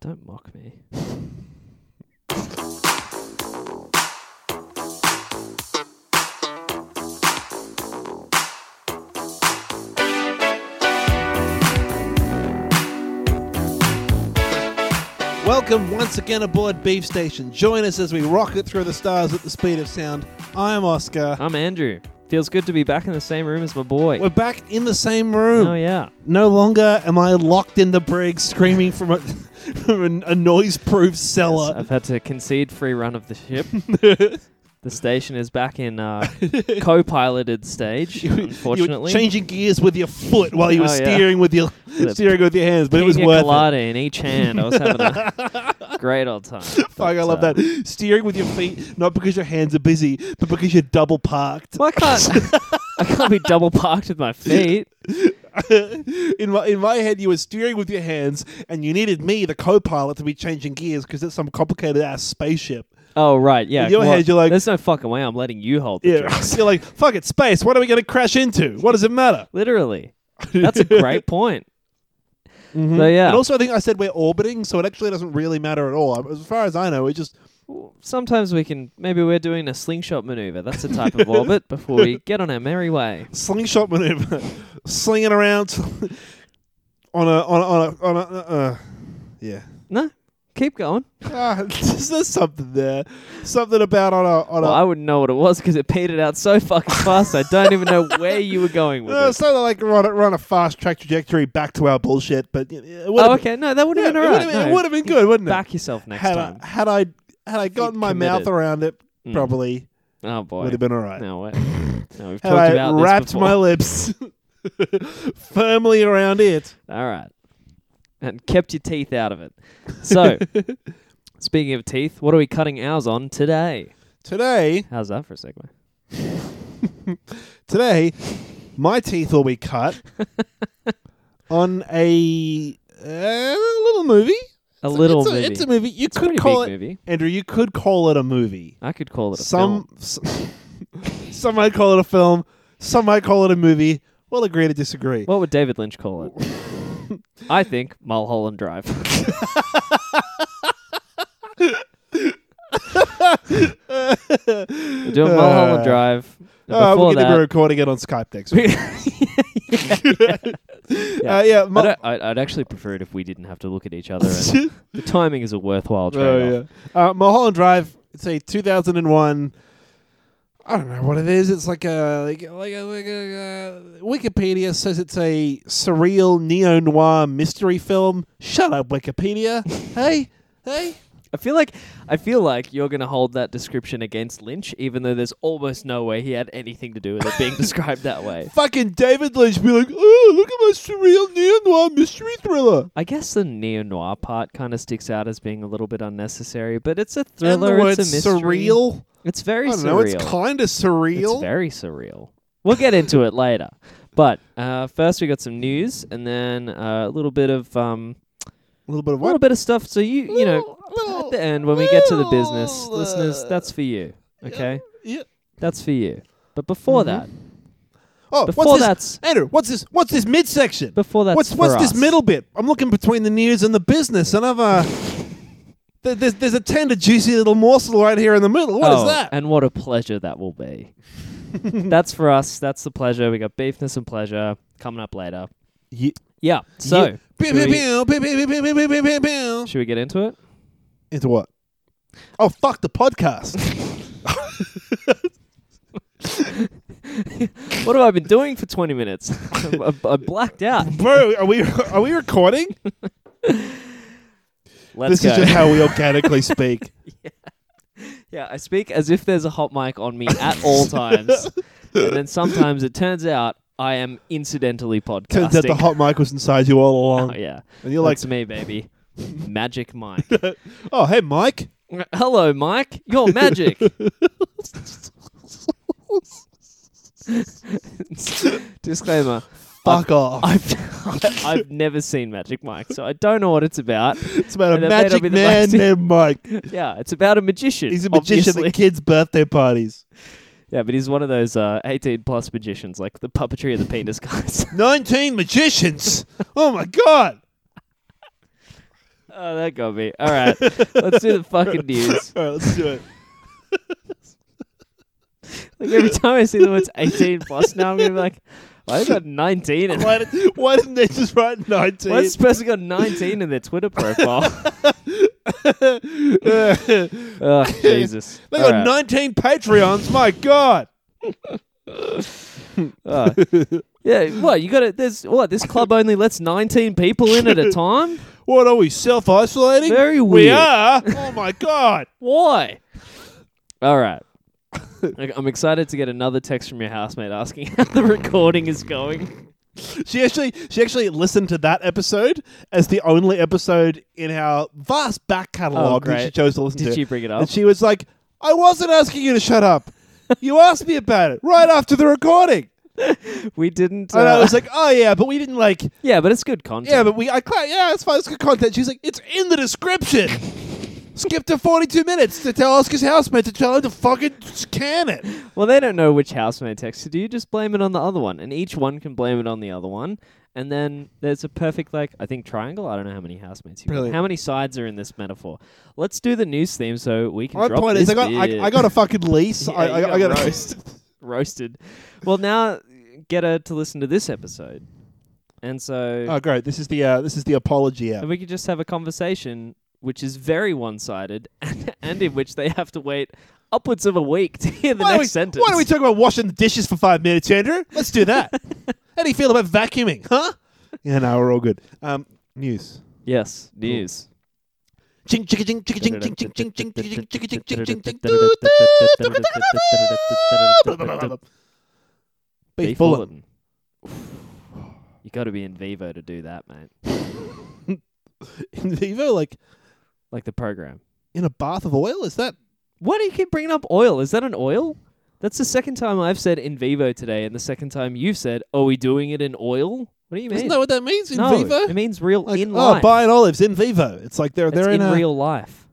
Don't mock me. Welcome once again aboard Beef Station. Join us as we rocket through the stars at the speed of sound. I am Oscar. I'm Andrew. Feels good to be back in the same room as my boy. We're back in the same room. Oh yeah. No longer am I locked in the brig screaming from a, from an- a noise proof cellar. I've had to concede free run of the ship. the station is back in uh, co-piloted stage. You were- unfortunately, you were changing gears with your foot while you were Oh, yeah. steering with your With a steering with your hands, but it was Pina worth colada in each hand. I was having a great old time. it. Fuck, I love that. Steering with your feet, not because your hands are busy, but because you're double parked. Well, I can't. I can't be double parked with my feet. in my in my head, you were steering with your hands, and you needed me, the co-pilot, to be changing gears because it's some complicated ass spaceship. Oh right, yeah. In your head, you're like- there's no fucking way I'm letting you hold. The Yeah, job." so you're like, fuck it, space. What are we going to crash into? What does it matter? Literally, that's a great point. So yeah, Mm-hmm. And also, I think I said we're orbiting, so it actually doesn't really matter at all. As far as I know, it just sometimes we can. Maybe we're doing a slingshot maneuver. That's a type of orbit before we get on our merry way. slingshot maneuver, slinging around on a on a on a, on a uh, uh, yeah. No, keep going. Ah, there's something there, something about on a on Well, a I wouldn't know what it was because it petered out so fucking fast. I don't even know where you were going with No, it. it's not Uh, like we're on, a, we're on a fast track trajectory back to our bullshit, but it it would Oh, have been- okay. No, that would have yeah, been it alright. would've been- No, it would have been good, wouldn't it? back yourself next had time. I had I had I gotten my mouth committed. around it, Mm. probably oh boy. would have been all right. No way. No, we've had talked I about this wrapped before. my lips firmly around it. All right. And kept your teeth out of it. So, speaking of teeth, what are we cutting ours on today? Today, How's that for a segue? today, my teeth will be cut on a, uh, little movie. A little it's a, movie. It's a movie. You It's a could pretty call it big movie. Andrew. You could call it a movie. I could call it a some film. s- some might call it a film. Some might call it a movie. We'll agree to disagree. What would David Lynch call it? I think Mulholland Drive. We're doing Mulholland Uh, Drive. And Before Uh, we're going to be that, recording it on Skype next week. Uh, yeah, I Mul- don't- I'd, I'd actually prefer it if we didn't have to look at each other. And the timing is a worthwhile trade-off. Oh, yeah. Uh, Mulholland Drive. It's a 2001. I don't know what it is. It's like a like like a, like a uh, Wikipedia says it's a surreal neo noir mystery film. Shut up, Wikipedia. hey, hey. I feel like I feel like you're going to hold that description against Lynch, even though there's almost no way he had anything to do with it being described that way. Fucking David Lynch be like, oh, look at my surreal neo noir mystery thriller. I guess the neo noir part kind of sticks out as being a little bit unnecessary, but it's a thriller. and the word it's a mystery. surreal. It's very I don't surreal. know. It's kind of surreal. It's very surreal. We'll get into it later, but uh, first we got some news, and then uh, a little bit of um, a little bit of a little what? bit of stuff. So you you know, Little- at the end when we get to the business, little, uh, listeners, that's for you. Okay, yeah. that's for you. But before Mhm. that, Oh, before what's this? that's Andrew, what's this? What's this midsection? Before that's what's for what's us. this middle bit? I'm looking between the news and the business, and I've uh, th- there's there's a tender, juicy little morsel right here in the middle. What is Oh, that? And what a pleasure that will be. that's for us. That's the pleasure. We got beefness and pleasure coming up later. Ye- Yeah. So ye- Pew, should, pew, we, pew, pew, pew, pew, pew, pew, pew, pew, pew. should we get into it? Into what? Oh fuck the podcast. What have I been doing for 20 minutes? I, I blacked out. Bro, are we are we recording? Let's this is go. just how we organically speak. yeah, I speak as if there's a hot mic on me at all times. and then sometimes it turns out I am incidentally podcasting. Turns out the hot mic was inside you all oh, along. yeah. And you're That's like, me, baby. Magic Mike. oh hey Mike. Hello, Mike. You're magic. Disclaimer. Fuck off. I've, I've never seen Magic Mike, so I don't know what it's about. it's about and a that better magic be the man last- named Mike. Yeah, it's about a magician. He's a magician obviously. at kids' birthday parties. Yeah, but he's one of those uh, 18 plus magicians, like the puppetry of the penis guys. 19 magicians. oh my god. Oh, that got me. All right, let's do the fucking news. All right, let's do it. Like every time I see the words 18 plus now, I'm gonna be like, I got 19. And Why, did, why didn't they just write 19? why does this person got 19 in their Twitter profile? they oh, Jesus. got All right. 19 Patreons. My God. Oh. Yeah, what you got? to There's what this club only lets 19 people in at a time. What are we self isolating? Very We weird. are. Oh my God. Why? All right. Like, I'm excited to get another text from your housemate asking how the recording is going. She actually she actually listened to that episode as the only episode in our vast back catalogue that great. she chose to listen Did to. she bring it up? and she was like, I wasn't asking you to shut up. You asked me about it right after the recording. We didn't. And I uh, was like, oh yeah, but we didn't like, yeah, but it's good content. yeah, but we, I, cla- yeah, it's fine, it's good content. She's like, it's in the description. Skip to 42 minutes to tell Oscar's housemate to tell him to fucking scan it. Well, they don't know which housemate texted you. Just blame it on the other one, and each one can blame it on the other one. And then there's a perfect like I think triangle. I don't know how many housemates. You got. Brilliant. How many sides are in this metaphor? Let's do the news theme so we can. My drop point this is, I got, bit. I, I got a fucking lease. Yeah, I, I, you I got got a, roast. roasted. Well, now get her to listen to this episode, and so Oh, great! This is the uh, this is the apology and app. we could just have a conversation which is very one-sided, and, and in which they have to wait upwards of a week to hear the why, next don't we, sentence. why don't we talk about washing the dishes for five minutes, Andrew? Let's do that. How do you feel about vacuuming, huh? Yeah, no, we're all good. Um, news. yes, news. Ching ching ching ching ching ching ching ching ching ching ching ching ching ching ching ching. Beef Beef bullet. bulletin. You got to be in Vivo to do that, mate. In vivo, like Like the program. in a bath of oil. Is that Why do you keep bringing up oil? Is that an oil? That's the second time I've said in vivo today, and the second time you've said, "Are we doing it in oil?" What do you mean? isn't that what that means? In no, vivo. it means real Like, in oh, life. buying olives in vivo. It's like they're It's they're in in, a real life.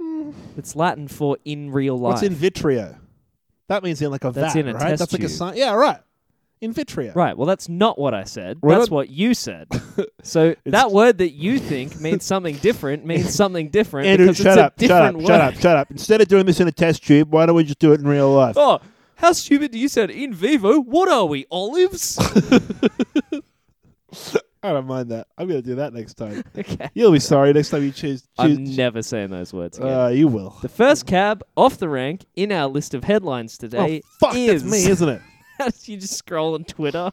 Hmm. It's Latin for in real life. What's in vitrio? That means in like a That's vat, in a right? test That's like a tube. sign. Yeah, right. In vitrio. right. Well, that's not what I said. Well, that's that- what you said. so that word that you think means something different means something different Andrew, because it's shut a up, shut different up, word. shut up, shut up. Instead of doing this in a test tube, why don't we just do it in real life? Oh, how stupid do you sound in vivo? What are we, olives? I don't mind that. I'm going to do that next time. okay. You'll be sorry next time you choose. I'm choose- never saying those words again. uh, you will. the first cab off the rank in our list of headlines today oh, fuck, is that's me, isn't it? you just scroll on Twitter.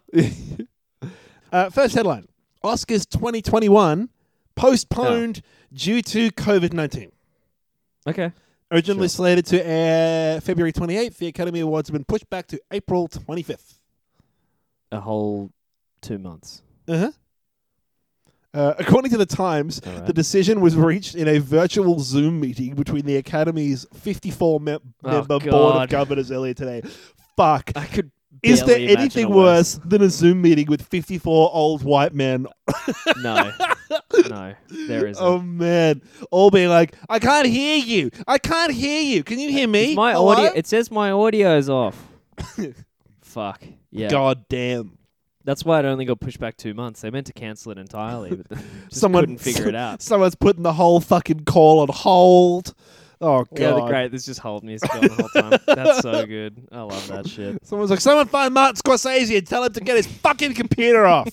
Uh, first headline Oscars 2021 postponed due to COVID 19. Okay. Originally Sure. slated to air February 28th, the Academy Awards have been pushed back to April 25th. A whole two months. Uh-huh. Uh, according to the Times, All right. the decision was reached in a virtual Zoom meeting between the Academy's 54 mem- Oh, member board of God. governors earlier today. Fuck. I could. Is there barely imagine anything a worse. worse than a Zoom meeting with 54 old white men? no. No. There isn't. Oh, man. All being like, I can't hear you. I can't hear you. Can you hear me? It's Uh, my Hello?" audio. It says my audio's off. Fuck. Yeah. God damn. That's why it only got pushed back two months. They meant to cancel it entirely, but they just Someone- couldn't figure it out. Someone's putting the whole fucking call on hold. Oh, God. Yeah, the great. This just hold music on the whole time. That's so good. I love that shit. Someone's like, someone find Martin Scorsese and tell him to get his fucking computer off.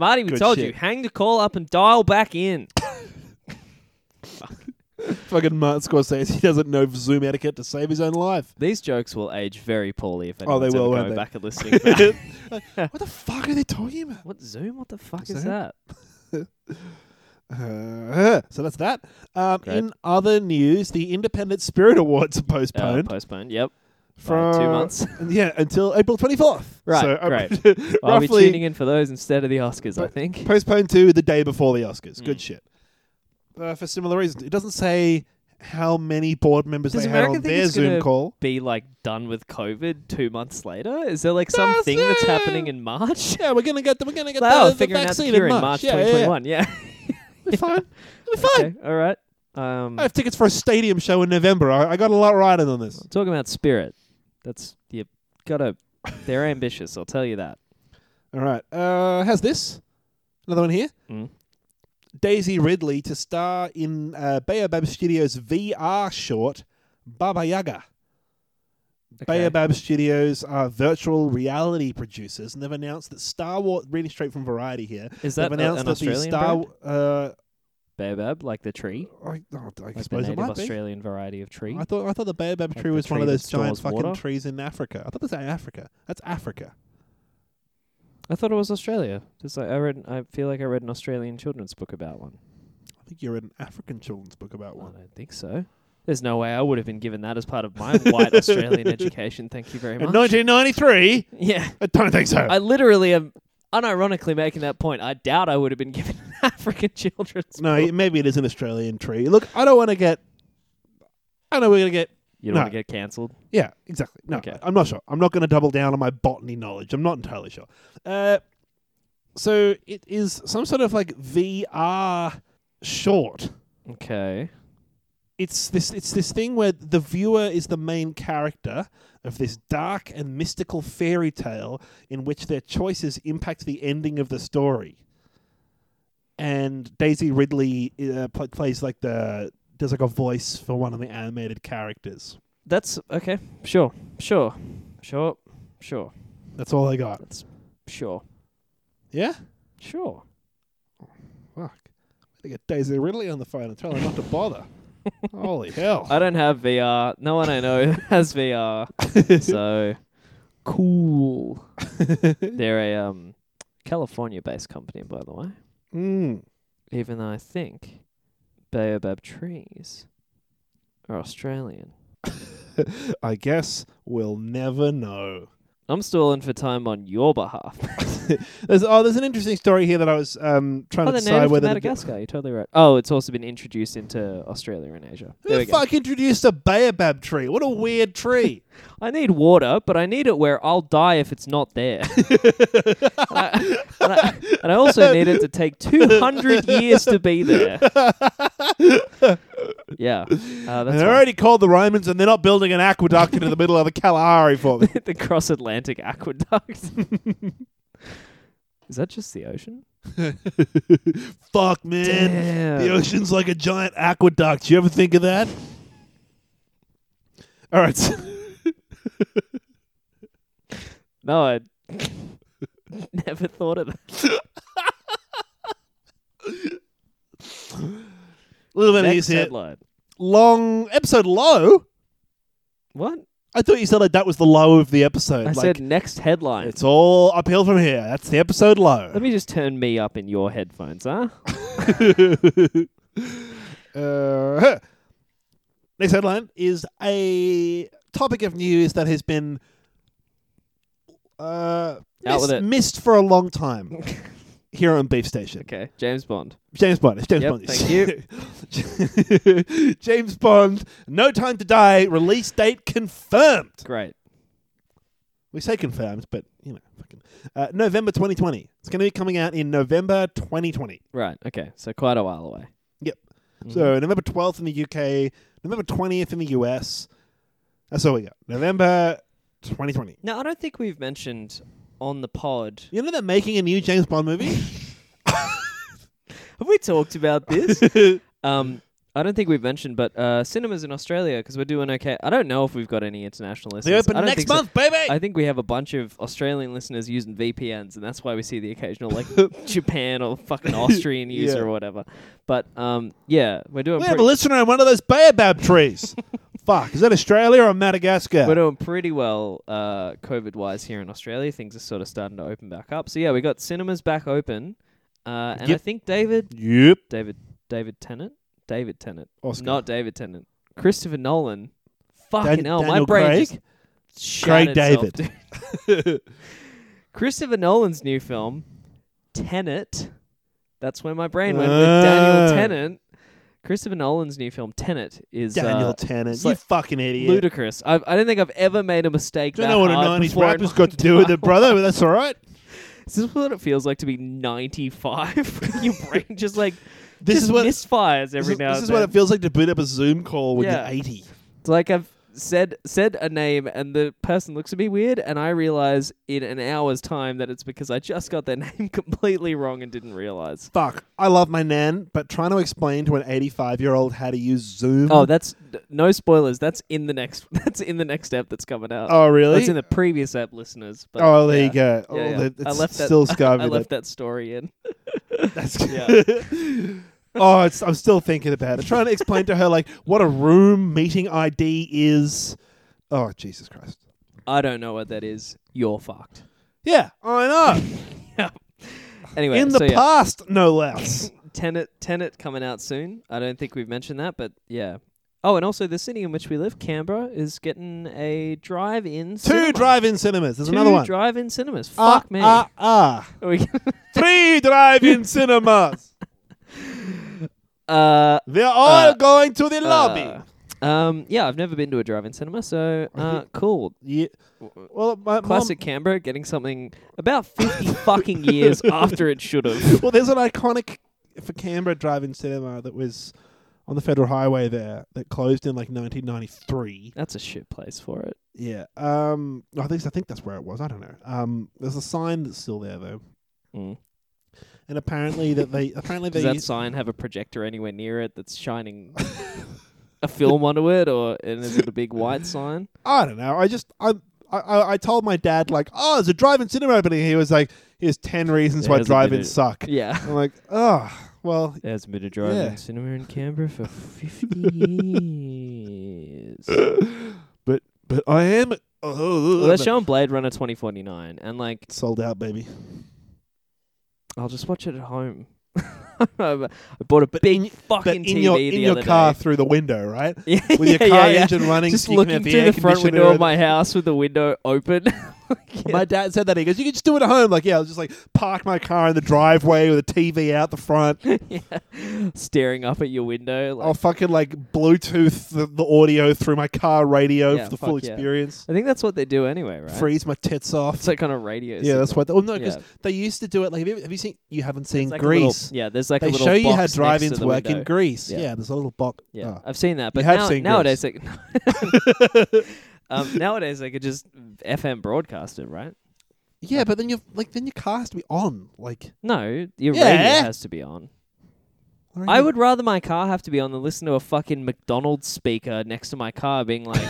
Marty, we Good told shit. you, hang the call up and dial back in. fucking Martin Scorsese doesn't know Zoom etiquette to save his own life. These jokes will age very poorly if Oh, anyone's they will, ever won't going they? back and listening. back. what the fuck are they talking about? what Zoom? What the fuck Zoom? is that? Uh, so that's that. Um, Great. in other news, the Independent Spirit Awards are Uh, postponed postponed. Yep. for By two months. Yeah, until April twenty fourth. Right, So, uh, great. I'll be tuning roughly in for those instead of the Oscars, I But- think. postponed to the day before the Oscars. Good Mm. shit. Uh, for similar reasons, it doesn't say how many board members Does they America had on think their it's Zoom gonna- call. be like done with COVID two months later? Is there like Yes, something that's yeah. happening in March? Yeah, we're gonna get the, we're gonna get Oh, the, the figuring out the vaccine cure in March. yeah, yeah, yeah. 2021. Yeah. We're fine. We're fine. okay. All right. Um, I have tickets for a stadium show in November. I, I got a lot right on this. talking about spirit. That's you gotta. They're ambitious. I'll tell you that. All right. Uh, how's this? Another one here. Mm. Daisy Ridley to star in uh, Baobab Studios' VR short, Baba Yaga. Okay. Baobab Studios are virtual reality producers, and they've announced that Star Wars, reading straight from Variety here, Is that they've a- announced an that Australian the Star. Uh, Baobab, like the tree, I, oh, I like the suppose it native might be. Australian variety of tree. I thought I thought the baobab Like tree the was one tree of that those giant stores fucking water? trees in Africa. I thought that's Africa. That's Africa. I thought it was Australia. Just like I read, I feel like I read an Australian children's book about one. I think you read an African children's book about one. I don't think so. There's no way I would have been given that as part of my white Australian education. Thank you very In much. 1993, yeah, I don't think so. I literally am unironically making that point. I doubt I would have been given an African children's no, book. it- maybe it is an Australian tree. Look, I don't want to get. I know we're gonna get. You don't no. want to get cancelled. Yeah, exactly. No, Okay. I'm not sure. I'm not going to double down on my botany knowledge. I'm not entirely sure. Uh, so it is some sort of like VR short. Okay. it's this it's this thing where the viewer is the main character of this dark and mystical fairy tale in which their choices impact the ending of the story. And Daisy Ridley uh, pl- plays like the does like a voice for one of the animated characters. That's okay. Sure. Sure. Sure. Sure. That's all I got. That's sure. Yeah. Sure. Fuck. I get Daisy Ridley on the phone and tell her not to bother. Holy hell! I don't have VR. No one I know has VR. So cool. They're a um, California-based company, by the way. Mm. Even though I think baobab trees are Australian. I guess we'll never know. I'm stalling for time on your behalf. There's, oh, there's an interesting story here that I was um, trying oh, to they're decide native to whether. to- Madagascar. You're totally right. Oh, it's also been introduced into Australia and Asia. Who There we the fuck introduced a baobab tree? What a weird tree. go. I need water, but I need it where I'll die if it's not there. and, I, and I- and I also need it to take 200 years to be there. Yeah. Uh, and that's they right. already called the Romans, and they're not building an aqueduct into the middle of the Kalahari for them. the cross Atlantic aqueduct. Is that just the ocean? fuck, man. The Damn. ocean's like a giant aqueduct. You ever think of that? All right. so- No, I never thought of that. little bit of Next news here. headline. Long episode low. What? I thought you said like that was the low of the episode. I like, said next headline. it's all uphill from here. That's the episode low. Let me just turn me up in your headphones, huh? uh, next headline is a topic of news that has been uh, Out with missed, it. missed for a long time here on Beef Station. Okay, James Bond. James Bond. It's James Yep, Bond. thank you. James Bond. No Time to Die. Release date confirmed. Great. We say confirmed, but you know, fucking uh, November 2020. It's going to be coming out in November 2020. Right. Okay. So quite a while away. Yep. Mhm. So November 12th in the UK, November 20th in the US. That's all we got. November 2020. now I don't think we've mentioned on the pod. You know they're making a new James Bond movie? Have we talked about this? um, I don't think we've mentioned, but uh, cinemas in Australia because we're doing okay. I don't know if we've got any international listeners. they I open don't next think so. month, baby! I think we have a bunch of Australian listeners using VPNs, and that's why we see the occasional like Japan or fucking Austrian Yeah. user or whatever. But um, yeah, we're doing we pretty, have a listener on one of those baobab trees. Fuck, is that Australia or Madagascar? we're doing pretty well uh, COVID wise here in Australia. Things are sort of starting to open back up. So yeah, we got cinemas back open, uh, and I Yep. think David, Yep. David, David Tennant, David Tennant, Oscar. not uh, David Tennant, Christopher Nolan. Fucking hell, my Daniel brain Craig? just shattered itself, David. dude. Christopher Nolan's new film, Tenet. That's where my brain went with Ah. Daniel Tennant. Christopher Nolan's new film, Tenet, is Daniel uh, Tennant. it's You like fucking idiot. ludicrous. I've, I don't think I've ever made a mistake. Don't that know what a hard 90s before in rapper's my got to do with it, entire brother, but that's all right. life. Is this what it feels like to be 95? Your brain just like This just is what misfires this every is- now this and is then. what it feels like to boot up a Zoom call when Yeah. you're 80. It's like I've said said a name, and the person looks at me weird, and I realize in an hour's time that it's because I just got their name completely wrong and didn't realize. Fuck. I love my nan, but trying to explain to an 85 year old how to use Zoom. Oh, that's d- no spoilers. That's in the next. That's in the next app that's coming out. oh really? That's in the previous app, listeners. But oh, there yeah. you go. Oh, Yeah, yeah. that- I it's left that- still I scarvy. left that story in. That's Yeah. oh, it's, I'm still thinking about it. Trying to explain to her like what a room meeting ID is. Oh Jesus Christ! I don't know what that is. You're fucked. Yeah, I know. Anyway, In the so yeah, past, no less. Tenet, Tenet coming out soon. I don't think we've mentioned that, but yeah. Oh, and also the city in which we live, Canberra, is getting a drive-in. Two drive-in cinemas. There's another one. drive-in cinemas. Ah, Fuck me. Ah, ah. We- Three drive-in cinemas. uh, They're all Uh, going to the lobby. uh, um, yeah, I've never been to a drive-in cinema, so uh, cool. Yeah. Well, my Classic Canberra getting something about fifty fucking years after it should have. Well, there's an iconic for Canberra drive-in cinema that was on the Federal Highway there that closed in like 1993. That's a shit place for it. Yeah. Um. At least I think that's where it was. I don't know. Um. There's a sign that's still there though, Mm. and apparently that they apparently they Does that sign have a projector anywhere near it that's shining a film onto it, or and is it a big white sign? I don't know. I just I. I- I, I told my dad like, oh, there's a drive-in cinema opening. He was like, here's ten reasons There why hasn't been a- drive-ins suck. Yeah. I'm like, oh, well, There hasn't been a drive-in Yeah. cinema in Canberra for 50 years. but but I am oh, well, they're showing Blade Runner 2049, and like, sold out, baby. I'll just watch it at home. I bought a big in- fucking But in TV your the in your other car day. through the window, right? yeah, With your yeah, car yeah, yeah. engine running, Just so you can looking have the through air the front conditioner window of and- my house with the window open. Yeah. My dad said that. He goes, You could just do it at home. Like, yeah, I'll just like park my car in the driveway with a TV out the front. yeah. Staring up at your window. Like, I'll fucking like Bluetooth the, the audio through my car radio Yeah, for the fuck full yeah. experience. I think that's what they do anyway, right? Freeze my tits off. It's like kind of radio. yeah, that's what. Well, no, because Yeah. they used to do it. Like, have you, have you seen? You haven't seen It's like a little- Greece. yeah, there's like a they little show you box how next to drive-ins the work in window. Greece. Yeah. Yeah, there's a little box. Yeah, Oh. I've seen that, but have now, seen nowadays, like, um, nowadays they could just FM broadcast it, right? yeah, but then you like then your car has to be on. Like, No, your Yeah. Mm-hmm. radio has to be on. what are I you- would rather my car have to be on than listen to a fucking McDonald's speaker next to my car being like,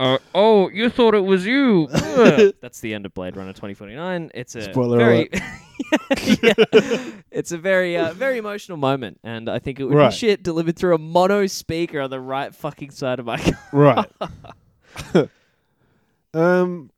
uh, "Oh, you thought it was you." Ugh. That's the end of Blade Runner 2049. It's a Spoiler very Yeah. It's a very uh, very emotional moment and I think it would Right. be shit delivered through a mono speaker on the right fucking side of my car. Right. um.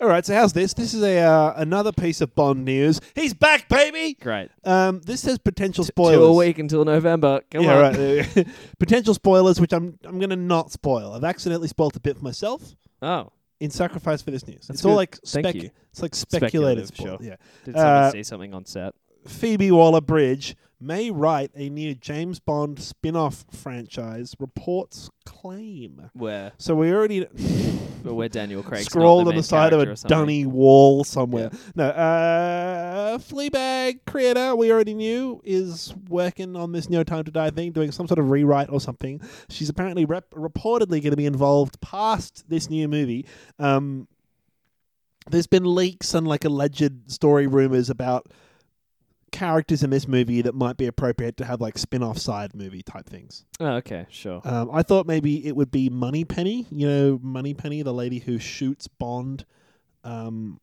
All right. So how's this? This is a uh, another piece of Bond news. He's back, baby. Great. Um. This has potential Two a spoilers. week until November. Come yeah. on. Right. potential spoilers, which I'm I'm gonna not spoil. I've accidentally spoiled a bit for myself Oh. in sacrifice for this news. That's it's all good. like spec. Thank you. It's like speculative. Speculative, sure. spoil. Yeah. Did someone Uh, see something on set? Phoebe Waller Bridge may write a new James Bond spin-off franchise. Reports claim. Where So we already. where Daniel Craig scrawled on the side of a dunny wall somewhere. No, uh, Fleabag creator, we already knew, is working on this No Time to Die thing, doing some sort of rewrite or something. She's apparently rep- reportedly going to be involved past this new movie. Um, there's been leaks and like alleged story rumors about characters in this movie that might be appropriate to have like spin-off side movie type things. Oh, okay, sure. Um, I thought maybe it would be Money Penny. You know, Money Penny, the lady who shoots Bond. Um,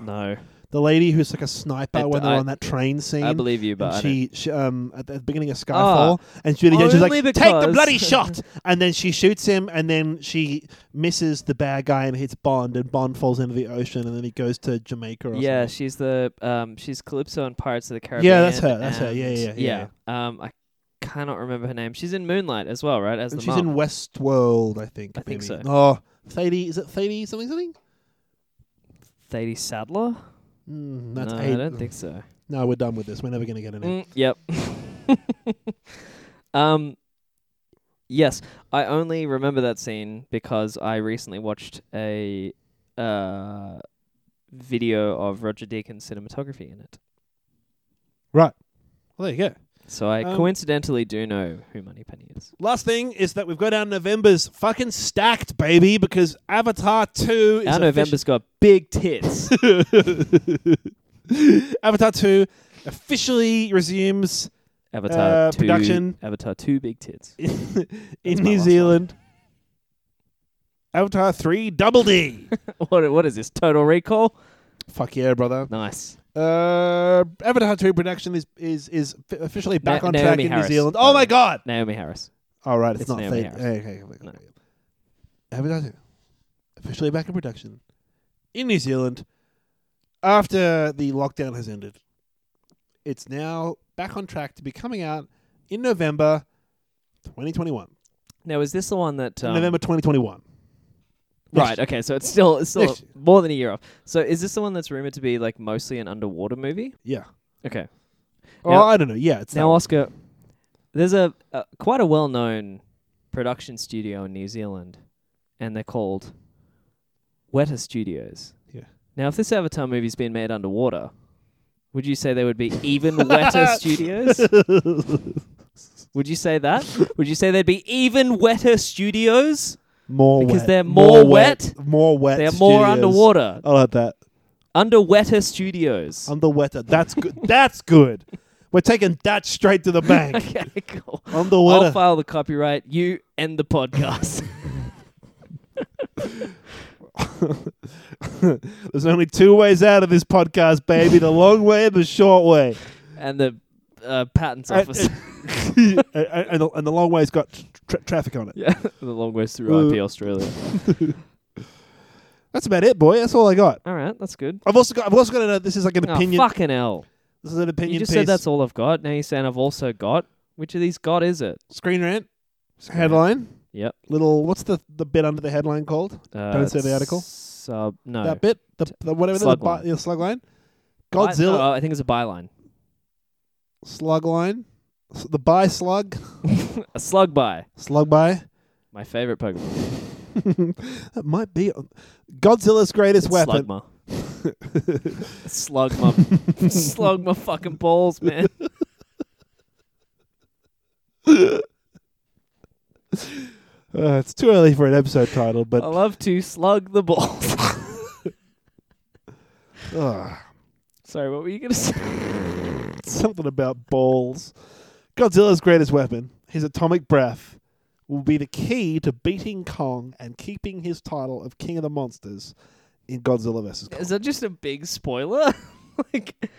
No, the lady who's like a sniper I- when they're I- on that train scene. I believe you, and but I she, she um at the beginning of Skyfall, and she, Only she's like, "Take the because- bloody shot!" and then she shoots him, and then she misses the bad guy and hits Bond, and Bond falls into the ocean, and then he goes to Jamaica. Or don't- yeah, something. she's the um, she's Calypso in Pirates of the Caribbean. Yeah, that's her, that's her, yeah, and- yeah, yeah, Um, I cannot remember her name. She's in Moonlight as well, right? As and the Oh, she's mum. in Westworld, I think. I think so. maybe. Oh, Thady, is it Thady something something? Thady Sadler. Mm, that's no, eight. I don't think so. No, we're done with this. We're never going to get an Mm, yep. um, yes, I only remember that scene because I recently watched a uh, video of Roger Deakins cinematography in it. Well, there you go. So I Um, coincidentally do know who Moneypenny is. Last thing is that we've got our November's fucking stacked, baby, because Avatar 2 is Our November's got big tits. offici- Avatar 2 officially resumes Avatar Uh, two, production. Avatar two big tits. in, in my New last Zealand. Avatar 3 Double D. what what is this? Total Recall. Fuck yeah, brother. Nice. Uh, Avatar 2 production is is is f- officially back Na- on track Naomi in Harris. New Zealand. Oh my god. Naomi Harris. All Oh, right, it's, It's not Naomi fake. Harris. Hey, okay, okay, No. okay. Avatar 2 officially back in production in New Zealand after the lockdown has ended. It's now back on track to be coming out in November 2021. Now is this the one that um, November 2021. Right. Okay. So it's still it's still Next year. more than a year off. So is this the one that's rumored to be like mostly an underwater movie? Yeah. Okay. Oh, Now- I don't know. Yeah, it's Now, that. Oscar, there's a, a quite a well-known production studio in New Zealand, and they're called Weta Studios. Yeah. Now, if this Avatar movie's been made underwater, would you say they would be even wetter studios? Would you say that? Would you say they'd be even wetter studios? more because wet. they're more More wet. They're more studios. underwater. I like that. Under Weta Studios. Under wetter. That's good. That's good. We're taking that straight to the bank. okay, cool. Under I'll wetter. file the copyright. You end the podcast. There's only two ways out of this podcast, baby: the long way and the short way. and the uh, patents I- office. and, and the, and the long way's got tra- traffic on it. yeah, the long ways Uh, through IP Australia. That's about it, boy. That's all I got. All right, that's good. I've also got. I've also got. A, this is like an Oh, opinion. fucking hell! This is an opinion You just piece. said that's all I've got. Now you're saying I've also got. Which of these got is it? Screen rant. Headline. Yep. Little. What's the the bit under the headline called? Uh, Don't say the article. Sub no. That bit. The, the whatever the slug bi- line. yeah, slug line. Bi- Godzilla. oh, I think it's a byline. slug line. S- The by slug. A slug by Slug by. my favorite Pokemon. that might be uh, Godzilla's greatest It's weapon. Slugma. Slugma. Slugma fucking balls, man. Uh, it's too early for an episode title, but I love to slug the balls. Oh. ugh, Sorry, what were you gonna say? something about balls. Godzilla's greatest weapon, his atomic breath, will be the key to beating Kong and keeping his title of King of the Monsters in Godzilla vs. Kong. Is that just a big spoiler? like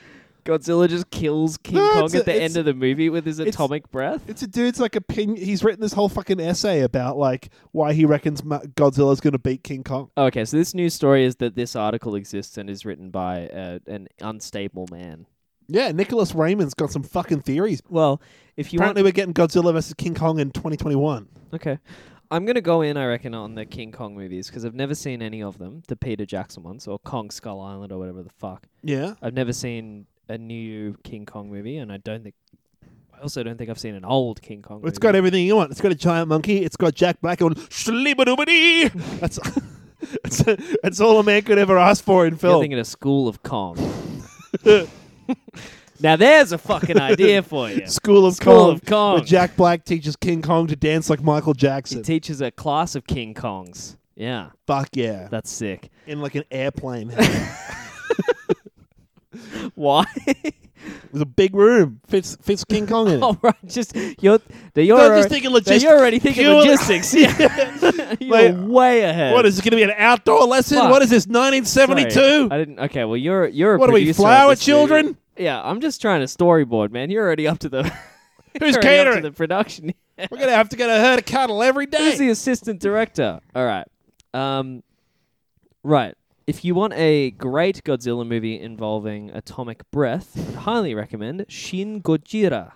Godzilla just kills King No, Kong it's at a- the it's- end of the movie with his it's- atomic breath. It's a dude's like opinion. He's written this whole fucking essay about like why he reckons Ma- Godzilla's going to beat King Kong. Okay, so this news story is that this article exists and is written by uh, an unstable man. Yeah, Nicholas Raymond's got some fucking theories. Well, if you Apparently, we're getting Godzilla vs. King Kong in 2021. want, okay, I'm gonna go in. I reckon on the King Kong movies because I've never seen any of them, the Peter Jackson ones or Kong Skull Island or whatever the fuck. Yeah. I've never seen a new King Kong movie, and I don't think. I also don't think I've seen an old King Kong. It's movie. got everything you want. It's got a giant monkey. It's got Jack Black on Slibbity. That's that's, that's all a man could ever ask for in You're film. thinking a School of Kong. now there's a fucking idea for you. School of School Kong. of Kong. Where Jack Black teaches King Kong to dance like Michael He Jackson. teaches a class of King Kongs. Yeah, Fuck yeah. that's sick. In like an airplane. Why? It's a big room. Fits fits King Kong in it. All right, just you're Oh, you're, No, I'm already, just thinking now logistics. you're already thinking pure- logistics. Yeah, you're Like, way ahead. What is it going to be an outdoor lesson? Fuck. What is this? Sorry, 1972. I didn't. Okay, well you're you're a What are we, producer of flower this movie. children? Yeah, I'm just trying to storyboard, man. You're already up to the you're already Who's up to catering? the production. We're going to have to get a herd of cattle every Who's day. the assistant director? All right. Um, right. If you want a great Godzilla movie involving atomic breath, I'd highly recommend Shin Gojira.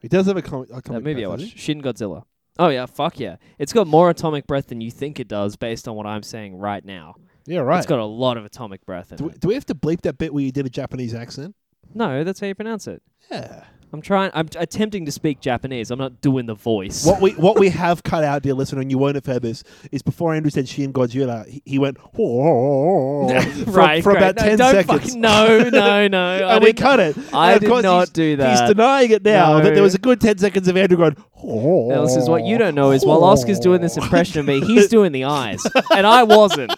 He does have a comic. A That comic movie I book, doesn't watched. Shin Godzilla. Oh, yeah. Fuck yeah. It's got more atomic breath than you think it does based on what I'm saying right now. he? Yeah, right. It's got a lot of atomic breath Do in we, it. do we have to bleep that bit where you did a Japanese accent? No, that's how you pronounce it. Yeah. I'm trying. I'm t- attempting to speak Japanese. I'm not doing the voice. What we what we have cut out, dear listener, and you won't have heard this, is before Andrew said Shin Godzilla, he, he went "Whoa," for, right, for great. about No, 10 don't seconds. fucking- no, no, no. I and we didn't- cut it. I And of did course not he's- do that. He's denying it now, but No. there was a good 10 seconds of Andrew going, "Whoa." Now, this is what you don't know is while Oscar's Oh. doing this impression of me, he's doing the eyes, and I wasn't.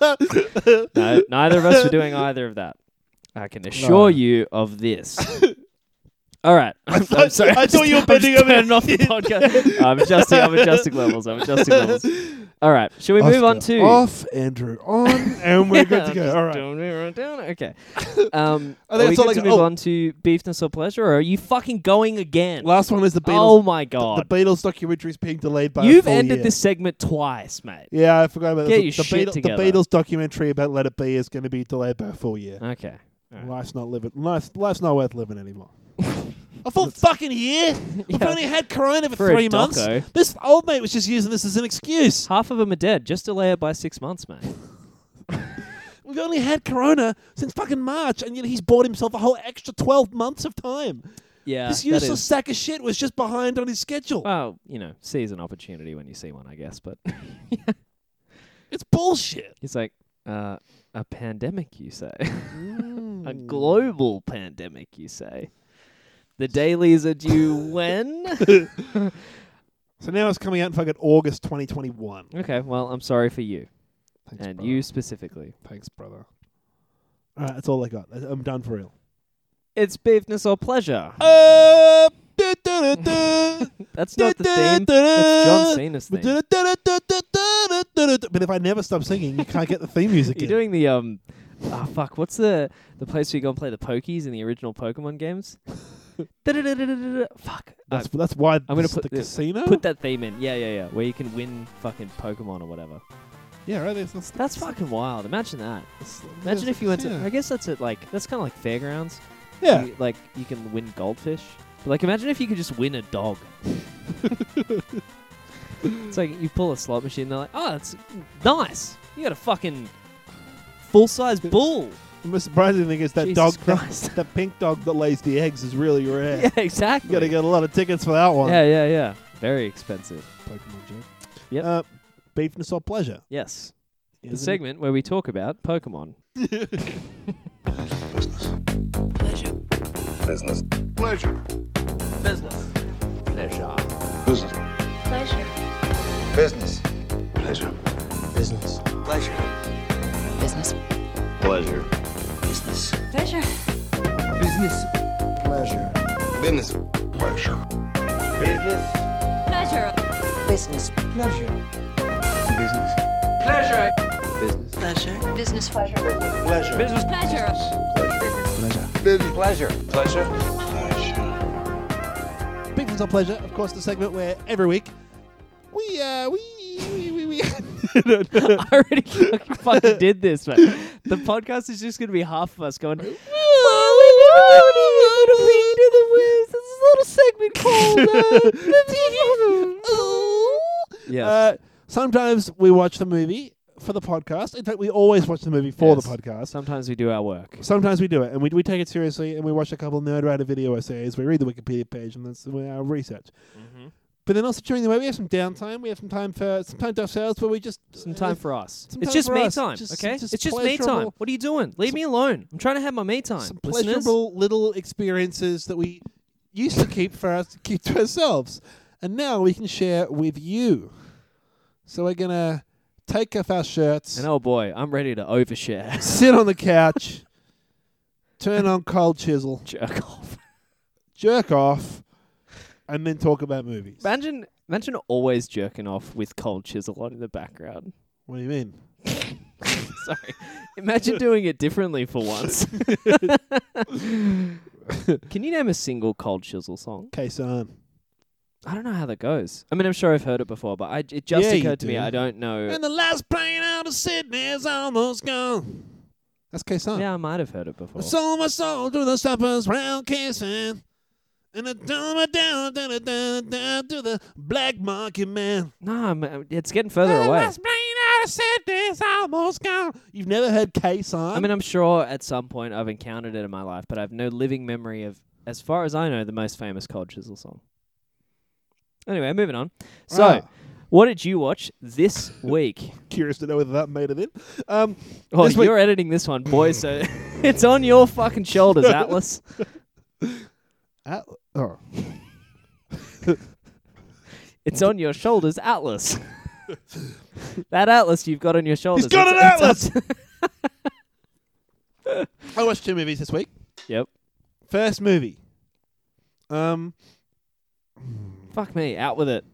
no, neither of us were doing either of that. I can assure you of this. All right, I'm, I'm thought- sorry. I I'm thought just- you were I'm bending just over. turning off the podcast. I'm adjusting. I'm adjusting levels. I'm adjusting levels. All right, shall we move on Oscar to? off, Andrew on, and we're good I'm to go. just All right. Doing it right down. Okay. Um, I are think we it's all good to like- move oh. on to beefness or pleasure, or are you fucking going again? Last one is the Beatles. oh my god! the Beatles documentary is being delayed by. a You've full ended year. this segment twice, mate. Yeah, I forgot about Get that. your the, shit Beatles, the together. Beatles documentary about Let It Be is going to be delayed by a full year. Okay. Alright. Life's not living. Life's, life's not worth living anymore. A full fucking year. We've Yeah. only had Corona for, For a three months. doco. This old mate was just using this as an excuse. Half of them are dead. Just delay it by six months, mate. We've only had Corona since fucking March, and yet he's bought himself a whole extra twelve months of time. Yeah. this useless sack of shit was just behind on his schedule. Well, you know, seize an opportunity when you see one, I guess. But It's bullshit. he's like, uh, a pandemic, you say? a Hmm. Mm. global pandemic, you say? The dailies are due when? So now it's coming out in fucking August 2021. okay, well, I'm sorry for you. Thanks, and brother. you specifically. Thanks, brother. All right, that's all I got. I- I'm done for real. It's beefness or pleasure. Uh, du-du-du-du. That's not the theme. That's John Cena's theme. Du-du-du-du-du-du-du-du-du-du. But if I never stop singing, you can't get the theme music. You're in. doing the um, oh fuck, what's the the place where you go and play the pokies in the original Pokemon games? Da-da-da-da-da-da-da. fuck. Uh, That's that's why gonna this- put the the- casino. put that theme in. Yeah, yeah, yeah. Where you can win fucking Pokemon or whatever. yeah, right. That's, that's, That's fucking wild. Imagine that. that's- Imagine if you went to. yeah. I guess that's it. Like that's kind of like fairgrounds. Yeah, You- like you can win goldfish. But, like imagine if you could just win a dog. it's like you pull a slot machine. They're like, oh, that's nice. You got a fucking full size bull. the most surprising thing is that Jesus dog, Christ. that, that pink dog that lays the eggs, is really rare. yeah, You exactly. gotta get a lot of tickets for that one. Yeah, yeah, yeah. Very expensive. Pokemon joke. Yep. Uh, Beefness or pleasure? Yes. The Isn't it? segment where we talk about Pokemon. Business. Pleasure. Business. Business. Pleasure. Business. Pleasure. Business. Pleasure. Business. Pleasure. Business. Pleasure. Business. Pleasure. Business. Pleasure. Business. Pleasure. Business. Pleasure. Business. Business pleasure. Pleasure. Business. Pleasure. Pleasure. Business. Pleasure. Pleasure. Pleasure. Big Things on Pleasure, of course, the segment where every week we, uh, we, we, we, we. No, no. I already fucking- fucking did this, man. The podcast is just going to be half of us going, "Well, we don't wanna be to the west. This is a little segment called, uh, Yes. Uh, sometimes we watch the movie for the podcast. In fact, we always watch the movie for Yes. the podcast. Sometimes we do our work. Sometimes we do it, and we, we take it seriously, and we watch a couple of Nerd Writer video essays. We read the Wikipedia page, and that's our research. Mm-hmm. But then also during the way, we have some downtime. We have some time for some time to ourselves, where we just uh, Some time for us. Some It's time just for me us. time, Just- okay? just it's just me time. pleasurable- What are you doing? Leave me alone. I'm trying to have my me time. some listeners. pleasurable little experiences that we used to keep for us keep to ourselves, and now we can share with you. So we're gonna take off our shirts, And oh boy, I'm ready to overshare. sit on the couch, turn on cold chisel, Jerk off. jerk off, and then talk about movies. Imagine, imagine always jerking off with cold chisel on in the background. What do you mean? Sorry. Imagine doing it differently for once. Can you name a single Cold Chisel song? Case on. I don't know how that goes. I mean, I'm sure I've heard it before, but I, it just Yeah, you occurred to me do. I don't know. And the last plane out of Sydney's almost gone. That's Case on. Yeah, I might have heard it before. I sold my soul to the stoppers round kissing. And I dumb it down, down, down, down, down to the black market man. no, I'm- uh, it's getting further The away. last plane out of Sydney's almost gone. You've never heard K song? I mean, I'm sure at some point I've encountered it in my life, but I have no living memory of as far as I know, the most famous Cold Chisel song. Anyway, moving on. So, Ah. what did you watch this week? Curious to know whether that made it in. Um, Oh, This week- you're editing this one, boy, so it's on your fucking shoulders, Atlas. at- oh. It's on your shoulders, Atlas. that Atlas you've got on your shoulders. got it's- an it's Atlas! up to- I watched two movies this week. yep. First movie. Um, Fuck me, out with it.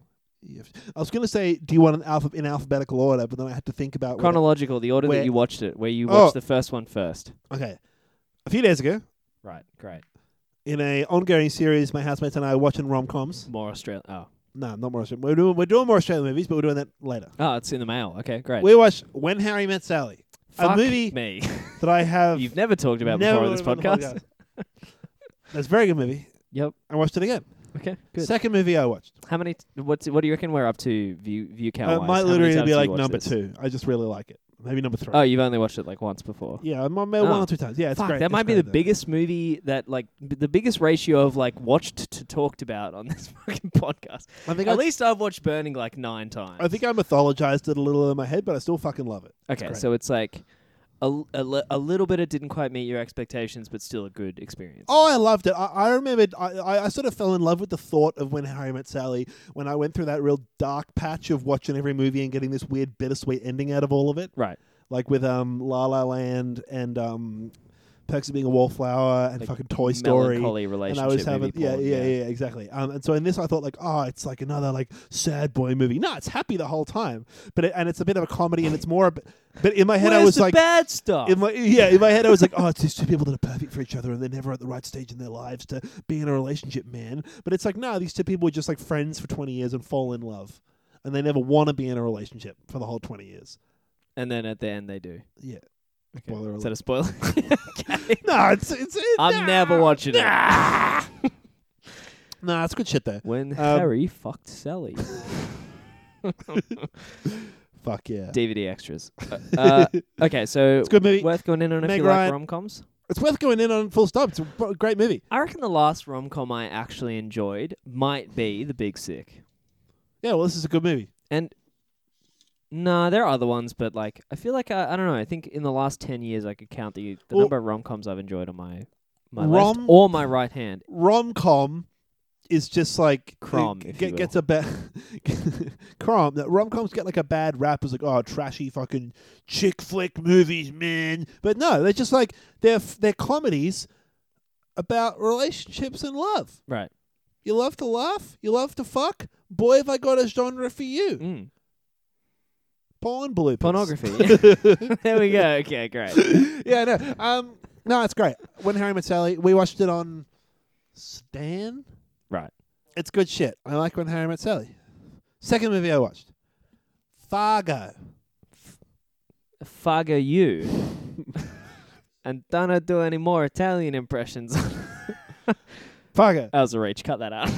I was going to say, do you want an alpha in alphabetical order? But then I had to think about what- Chronological, the order Where- that you watched it, where you Oh. watched the first one first. Okay, a few days ago, Right, great. in a ongoing series, my housemates and I are watching rom coms. More Australian. Oh. No, not more Australian. We're doing we're doing more Australian movies, but we're doing that later. oh, it's in the mail. Okay, great. We watched When Harry Met Sally, Fuck a movie me. that I have You've never talked about never before on this watched on the podcast. That's a very good movie. Yep. I watched it again. Okay, good. Second movie I watched. How many? T- what's, what do you reckon we're up to view view count? wise? Uh, it How might many literally times be have you like watched number this? two. I just really like it. Maybe number three. Oh, you've only watched it like once before. yeah, I might- maybe Oh. one or two times. Yeah, it's Fuck, great. that It's might be the great though. biggest movie that like b- the biggest ratio of like watched to talked about on this fucking podcast. I think At I, least I've watched Burning like nine times. I think I mythologized it a little in my head, but I still fucking love it. okay, great. so it's like a, l- a, li- a little bit of didn't quite meet your expectations, but still a good experience. Oh, I loved it. I, I remembered. I, I, I sort of fell in love with the thought of when Harry met Sally. When I went through that real dark patch of watching every movie and getting this weird bittersweet ending out of all of it. Right. like with um La La Land and um Perks of Being a Wallflower and Like fucking Toy Story. Melancholy and relationship I was having, movie yeah, porn, yeah, yeah, exactly. Um, and so in this, I thought like, oh, it's like another like sad boy movie. No, it's happy the whole time, but it, and it's a bit of a comedy, and it's more. ab- But in my head, I Where's was the like, bad stuff. in my yeah, in my head, I was like, oh, it's these two people that are perfect for each other, and they're never at the right stage in their lives to be in a relationship, man. But it's like, no, these two people were just like friends for twenty years and fall in love, and they never want to be in a relationship for the whole twenty years. and then at the end they do. Yeah. Okay. Spoiler Is alert. that a spoiler? okay. No, it's it's. It, I'm never watching it. Nah, it's good shit though. When Um, Harry fucked Sally. Fuck yeah. DVD extras. Uh, okay, so It's a good movie. worth going in on if Meg you like Ryan. rom coms. It's worth going in on full stop. It's a b- great movie. I reckon the last rom com I actually enjoyed might be The Big Sick. Yeah, well, this is a good movie. And nah, there are other ones, but like I feel like I, I don't know. I think in the last ten years I could count the, the Well- number of rom coms I've enjoyed on my my left Rom- or my right hand. Rom com is just like Crom, it if get- you will. gets a bad crom. That rom coms get like a bad rap as like oh trashy fucking chick flick movies, man. But no, they're just like they're f- they're comedies about relationships and love. Right. You love to laugh. You love to fuck. Boy, have I got a genre for you. Mm. Porn bloopers. Pornography. there we go. Okay, great. yeah, no. Um, no, it's great. When Harry Met Sally, we watched it on Stan. Right. It's good shit. I like When Harry Met Sally. Second movie I watched, Fargo. Fargo you. and don't do any more Italian impressions. Fargo. that was a reach. Cut that out.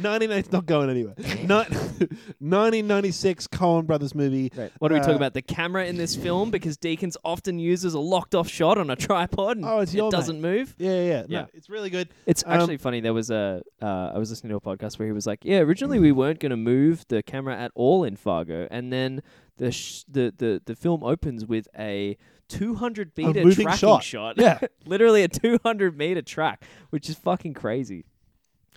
99, it's not going anywhere. Not, 1996 Coen Brothers movie. Right. What are we talking Uh, about? The camera in this film, because Deacons often uses a locked-off shot on a tripod. And Oh, it's your it mate. doesn't move. Yeah, yeah, yeah. No, Yeah. it's really good. It's Um, actually funny. There was a uh, I was listening to a podcast where he was like, "Yeah, originally we weren't going to move the camera at all in Fargo, and then the sh- the, the the film opens with a 200 meter moving tracking shot. Yeah. literally a 200 meter track, which is fucking crazy.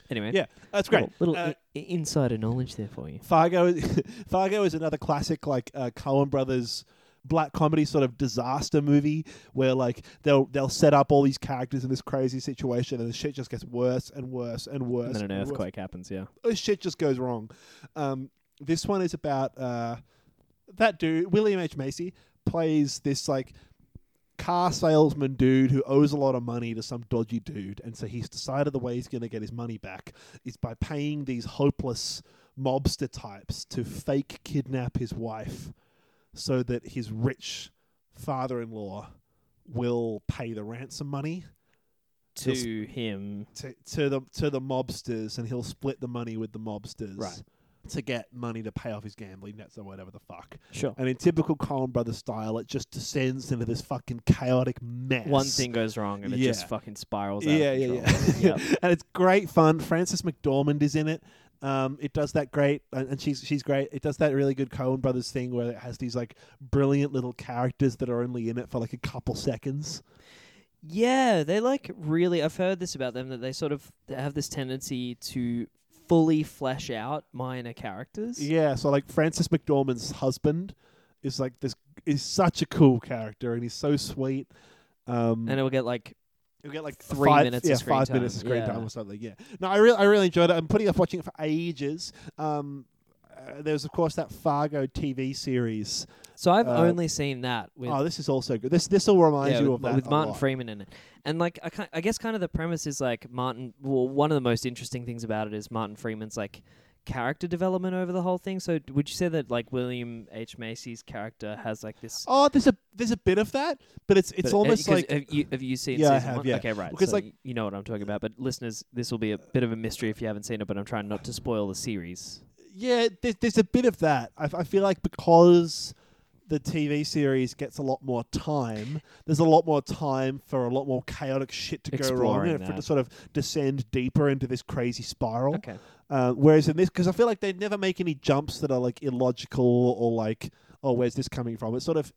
Anyway, Yeah, that's great. Little, little Uh, i- i- insider knowledge there for you. Fargo is Fargo is another classic like uh, Coen Brothers black comedy sort of disaster movie where like they'll they'll set up all these characters in this crazy situation and the shit just gets worse and worse and And worse. then an and worse. earthquake happens. Yeah. Oh, shit just goes wrong. Um, this one is about uh, that dude William H Macy plays this like car salesman dude who owes a lot of money to some dodgy dude, and so he's decided the way he's going to get his money back is by paying these hopeless mobster types to fake kidnap his wife, so that his rich father-in-law will pay the ransom money To Just- him, to, to the to the mobsters, and he'll split the money with the mobsters. Right. to get money to pay off his gambling debts or whatever the fuck. Sure. And in typical Coen Brothers style, it just descends into this fucking chaotic mess. One thing goes wrong and it Yeah. just fucking spirals out Yeah, of yeah, control. yeah. Yep. and it's great fun. Frances McDormand is in it. Um, it does that great, and and she's she's great. It does that really good Coen Brothers thing where it has these like brilliant little characters that are only in it for like a couple seconds. Yeah, they like really. I've heard this about them that they sort of they have this tendency to fully flesh out minor characters. Yeah, so like Francis McDormand's husband is like this is such a cool character and he's so sweet. Um, And it will get like, you'll get like three five, minutes of yeah, screen five time. minutes of screen Yeah. time or something. Yeah, no, I really, I really enjoyed it. I'm putting off watching it for ages. Um, uh, there was of course that Fargo TV series. so I've Uh, only seen that with oh, this is also good. This this will remind yeah, you with, of that with a Martin lot. Freeman in it. And like, I, ki- I guess kind of the premise is like Martin. Well, one of the most interesting things about it is Martin Freeman's like character development over the whole thing. So d- would you say that like William H Macy's character has like this? Oh, there's a there's a bit of that, but it's it's but, uh, almost 'cause like have you, have you seen Yeah, I season have, one? yeah. Okay, right. Because, so like- y- you know what I'm talking about. But listeners, this will be a bit of a mystery if you haven't seen it. But I'm trying not to spoil the series. yeah, there's, there's a bit of that. I, I feel like because the TV series gets a lot more time, there's a lot more time for a lot more chaotic shit to go wrong Exploring and for it to that. sort of descend deeper into this crazy spiral. Okay. Uh, whereas in this, because I feel like they never make any jumps that are like illogical or like, oh, where's this coming from? It sort of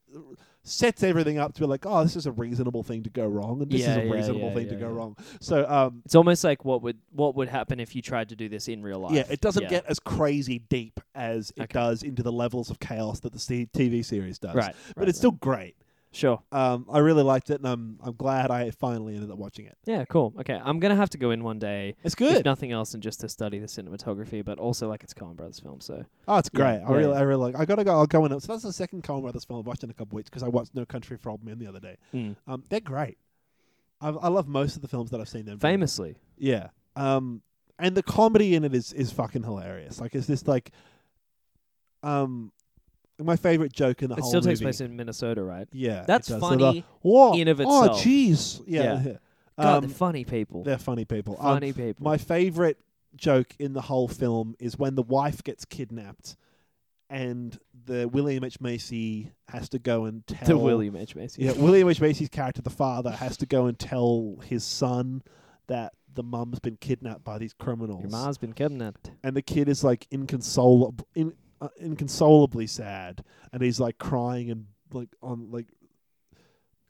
sets everything up to be like, oh, this is a reasonable thing to go wrong, and this Yeah, is a yeah, reasonable yeah, thing to yeah, go yeah. wrong. So, um, It's almost like what would what would happen if you tried to do this in real life. Yeah, it doesn't get as crazy deep as it Okay. does into the levels of chaos that the C- TV series does. Right, but right, it's still great. sure. Um, I really liked it, and I'm I'm glad I finally ended up watching it. Yeah, cool. Okay, I'm gonna have to go in one day. It's If good. nothing else, and just to study the cinematography, but also like it's Coen Brothers film. So Oh, it's great. I yeah, really yeah. I really like. I gotta go. I'll go in. So that's the second Coen Brothers film I've watched in a couple weeks because I watched No Country for Old Men the other day. Mm. Um, they're great. I I love most of the films that I've seen them. do. famously, Yeah. Um, and the comedy in it is is fucking hilarious. Like, it's this like, um, my favorite joke in the it whole still takes movie- place in Minnesota, right? Yeah, it That's does. So the- funny. Whoa. in of Oh, itself. jeez. Yeah. yeah. God, Um, they're funny people. they're funny people. Um, funny people. my favorite joke in the whole film is when the wife gets kidnapped and the William H. Macy has to go and tell to William H Macy. Yeah, William H. Macy's character, the father, has to go and tell his son that the mum's been kidnapped by these criminals. Your ma's been kidnapped. and the kid is like inconsolable, in, uh, inconsolably sad, and he's like crying and like on like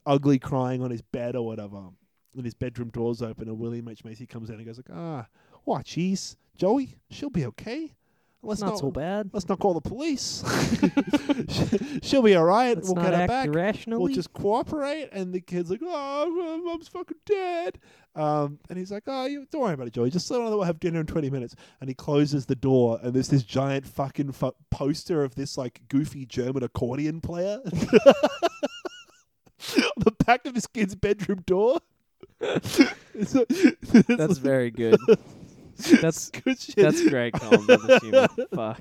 ugly crying on his bed or whatever. And his bedroom doors open, and William H Macy comes in and goes like, "Ah, what, jeez, Joey, she'll be okay. Let's It's not not, so bad. let's not call the police. She- she'll be all right. Let's we'll not get her act back. irrationally. We'll just cooperate." And the kid's like, "Oh, my mom's fucking dead." Um, and he's like, "Oh, you, don't worry about it, Joey. Just let her know we'll have dinner in twenty minutes." And he closes the door, and there's this giant fucking fu- poster of this like goofy German accordion player on the back of this kid's bedroom door. It's a- it's That's like- very good. That's good shit. that's great, Colin Brothers humor. Fuck.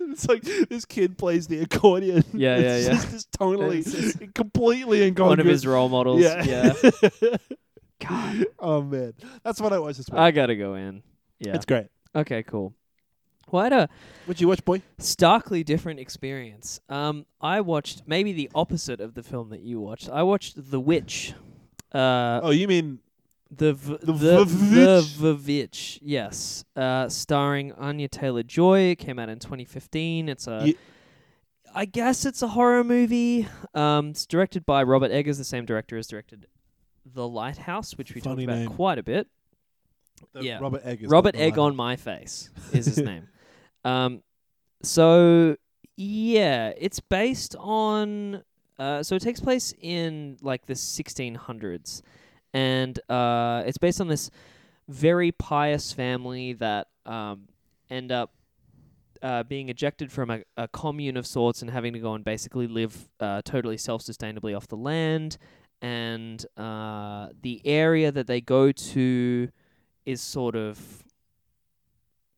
it's like this kid plays the accordion. Yeah, yeah, It's yeah. just, just totally, It's just- completely incongruous. One of his role models. Yeah. yeah. God. Oh man, that's what I watched this week. I gotta go in. Ah, Yeah. It's great. Okay, cool. What a What you watch, boy? starkly different experience. Um, I watched maybe the opposite of the film that you watched. I watched The Witch. Uh, Oh, you mean the v- The the the, Vvitch. the Vvitch, yes, uh, starring Anya Taylor Joy. It came out in 2015. It's a, I Ye- guess it's a horror movie. Um, it's directed by Robert Eggers, the same director as directed The Lighthouse, which we Funny talked about name. quite a bit. the Yeah. Robert Egg? Robert Egg on my face is his name. Um, so yeah, it's based on. Uh, so it takes place in like the 1600s, and uh, it's based on this very pious family that um, end up uh, being ejected from a, a commune of sorts and having to go and basically live uh, totally self sustainably off the land. And uh, the area that they go to is sort of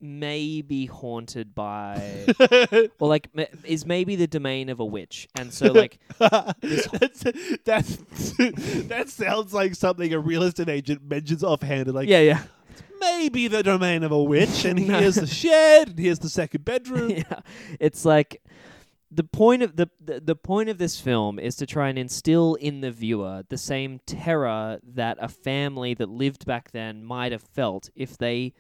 maybe haunted by, or like ma- is maybe the domain of a witch. And so, like, that's, that's that sounds like something a real estate agent mentions offhand. Like, yeah, yeah. maybe the domain of a witch, and No. here's the shed, and here's the second bedroom. yeah, it's like the point of the, the the point of this film is to try and instill in the viewer the same terror that a family that lived back then might have felt if they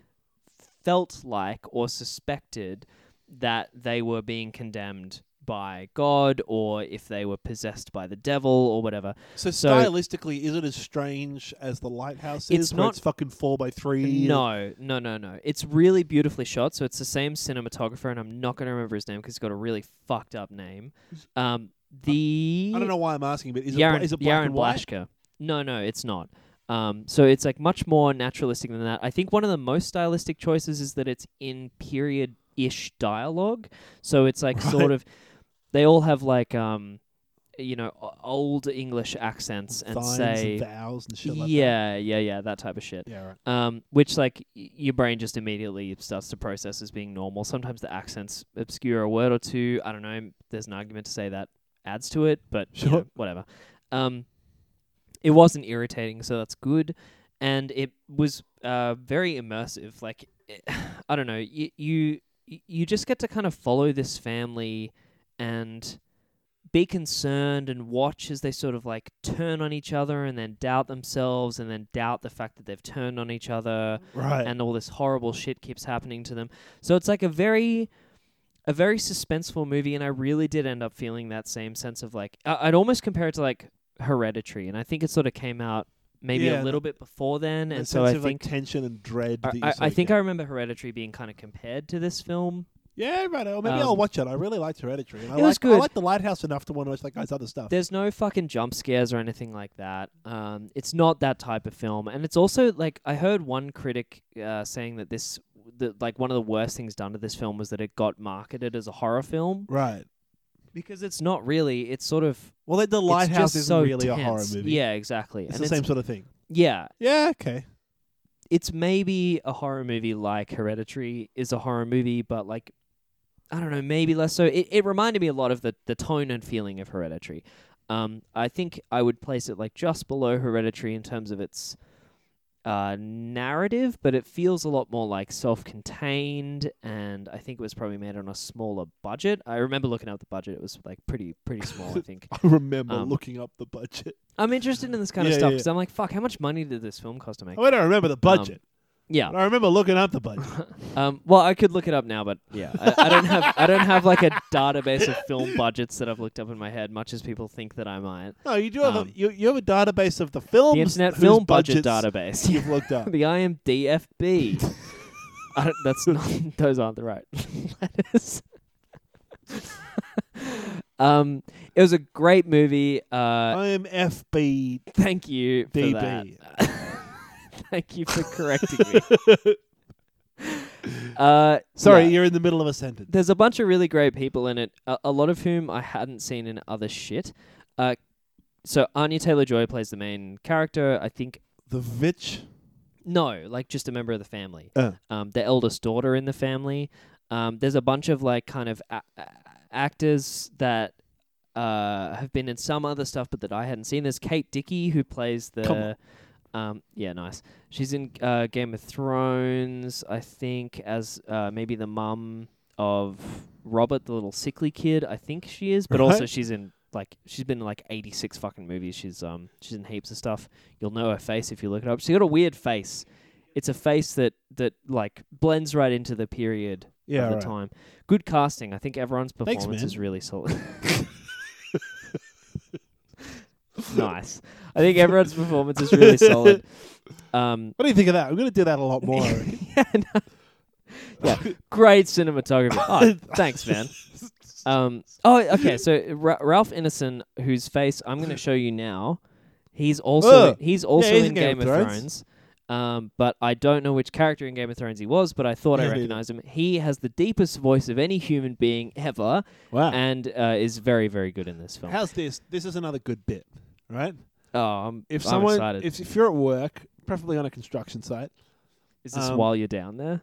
felt like or suspected that they were being condemned by God or if they were possessed by the devil or whatever. So, So- stylistically, is it as strange as the lighthouse is? It's where not- it's fucking four by three. No, no, no, no. It's really beautifully shot. So it's the same cinematographer, and I'm not going to remember his name because he's got a really fucked up name. Um, the I don't know why I'm asking, but is it Yaron, bla- is it black Yaron and white? Blaschka. No, no, it's not. Um, so it's like much more naturalistic than that. I think one of the most stylistic choices is that it's in period-ish dialogue. So it's like Right. sort of they all have like um, you know o- old English accents and Thines say and vows and shit like that. yeah, yeah, yeah, that type of shit Yeah, right. um, which like y- your brain just immediately starts to process as being normal. Sometimes the accents obscure a word or two. I don't know. There's an argument to say that adds to it, but you know, Sure. whatever. Um, it wasn't irritating, so that's good, and it was uh, very immersive. Like eh, I don't know, you you you just get to kind of follow this family and be concerned and watch as they sort of like turn on each other and then doubt themselves and then doubt the fact that they've turned on each other Right. and all this horrible shit keeps happening to them. So it's like a very a very suspenseful movie and I really did end up feeling that same sense of like I- I'd almost compare it to like Hereditary and I think it sort of came out maybe a Yeah, little bit before then The and sense so I of, like, think tension and dread. I, that you I, sort I of think get. I remember Hereditary being kind of compared to this film. Yeah, right. Or maybe Um, I'll watch it. I really liked Hereditary. And I it like, was I good. like the Lighthouse enough to want to watch that guy's other stuff. There's no fucking jump scares or anything like that. Um, it's not that type of film, and it's also like I heard one critic uh, saying that this, that like one of the worst things done to this film was that it got marketed as a horror film right. because it's not really. It's sort of Well, the, the it's Lighthouse just isn't so really a horror tense. movie. Yeah, exactly. It's and the it's, same sort of thing. Yeah, Yeah, okay. it's maybe a horror movie like Hereditary is a horror movie, but like I don't know, maybe less so. It, it reminded me a lot of the the tone and feeling of Hereditary. Um, I think I would place it like just below Hereditary in terms of its uh, narrative, but it feels a lot more like self-contained, and I think it was probably made on a smaller budget. I remember looking up the budget; it was like pretty pretty small. I think I remember Um, looking up the budget. I'm interested in this kind Yeah, of stuff yeah, Oh, because I'm like, fuck, how much money did this film cost to make? I mean, I remember um, the budget. yeah, but I remember looking up the budget. Um, well, I could look it up now, but yeah, uh, I, I don't have I don't have like a database of film budgets that I've looked up in my head, much as people think that I might. No, you do have Um, a you, you have a database of the films. The Internet whose Film Budget budgets Database, You've looked up. the IMDFB. I don't, that's not those aren't the right letters. um, it was a great movie. Uh, IMFB. thank you for DB. that. thank you for correcting me. Uh, Sorry, yeah. you're in the middle of a sentence. there's a bunch of really great people in it, a, a lot of whom I hadn't seen in other shit. Uh, so Anya Taylor Joy plays the main character. I think The Vitch. no, like just a member of the family, Uh. um, the eldest daughter in the family. Um, there's a bunch of like kind of a- a- actors that uh, have been in some other stuff, but that I hadn't seen. There's Kate Dickey who plays Come the. on. Um, yeah, nice. She's in uh, Game of Thrones, I think, as uh, maybe the mum of Robert, the little sickly kid. I think she is, but also Right. she's in like she's been in like 86 fucking movies. She's um she's in heaps of stuff. You'll know her face if you look it up. She got a weird face. It's a face that that like blends right into the period Yeah, of the right. time. Good casting. I think everyone's Thanks, performance man. is really solid. nice. I think everyone's performance is really solid. Um, What do you think of that? I'm going to do that a lot more. I reckon. yeah, no. Yeah, great cinematography. Oh, thanks, man. Um, oh, okay. So Ra- Ralph Ineson, whose face I'm going to show you now, he's also Ugh. he's also he's in Game, of Thrones. Um, but I don't know which character in Game of Thrones he was, but I thought Yeah, I neither. recognized him. He has the deepest voice of any human being ever, wow. and uh, is very, very good in this film. How's this? This is another good bit, right? oh, I'm, If I'm someone, excited. if if you're at work, preferably on a construction site, is this um, while you're down there?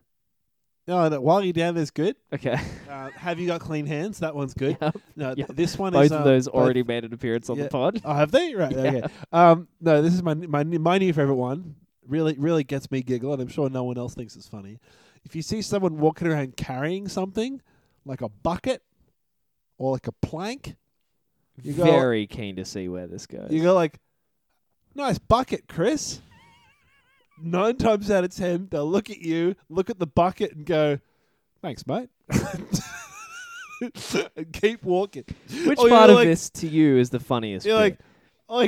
no, oh, no, while you're down, there's good. Okay, Uh, have you got clean hands? That one's good. Yep. No, th- Yep. this one both is of um, those both- already made an appearance on yeah. the pod. Oh, have they? Right. Yeah. Okay. Um, no, this is my my my new favorite one. really really gets me giggling. I'm sure no one else thinks it's funny. If you see someone walking around carrying something like a bucket or like a plank, you go Very keen to see where this goes. you go like, nice bucket, Chris. Nine times out of ten, they'll look at you, look at the bucket, and go, "Thanks, mate," and keep walking. Which Or you're part of like- this to you is the funniest? You're bit? like, "Oh,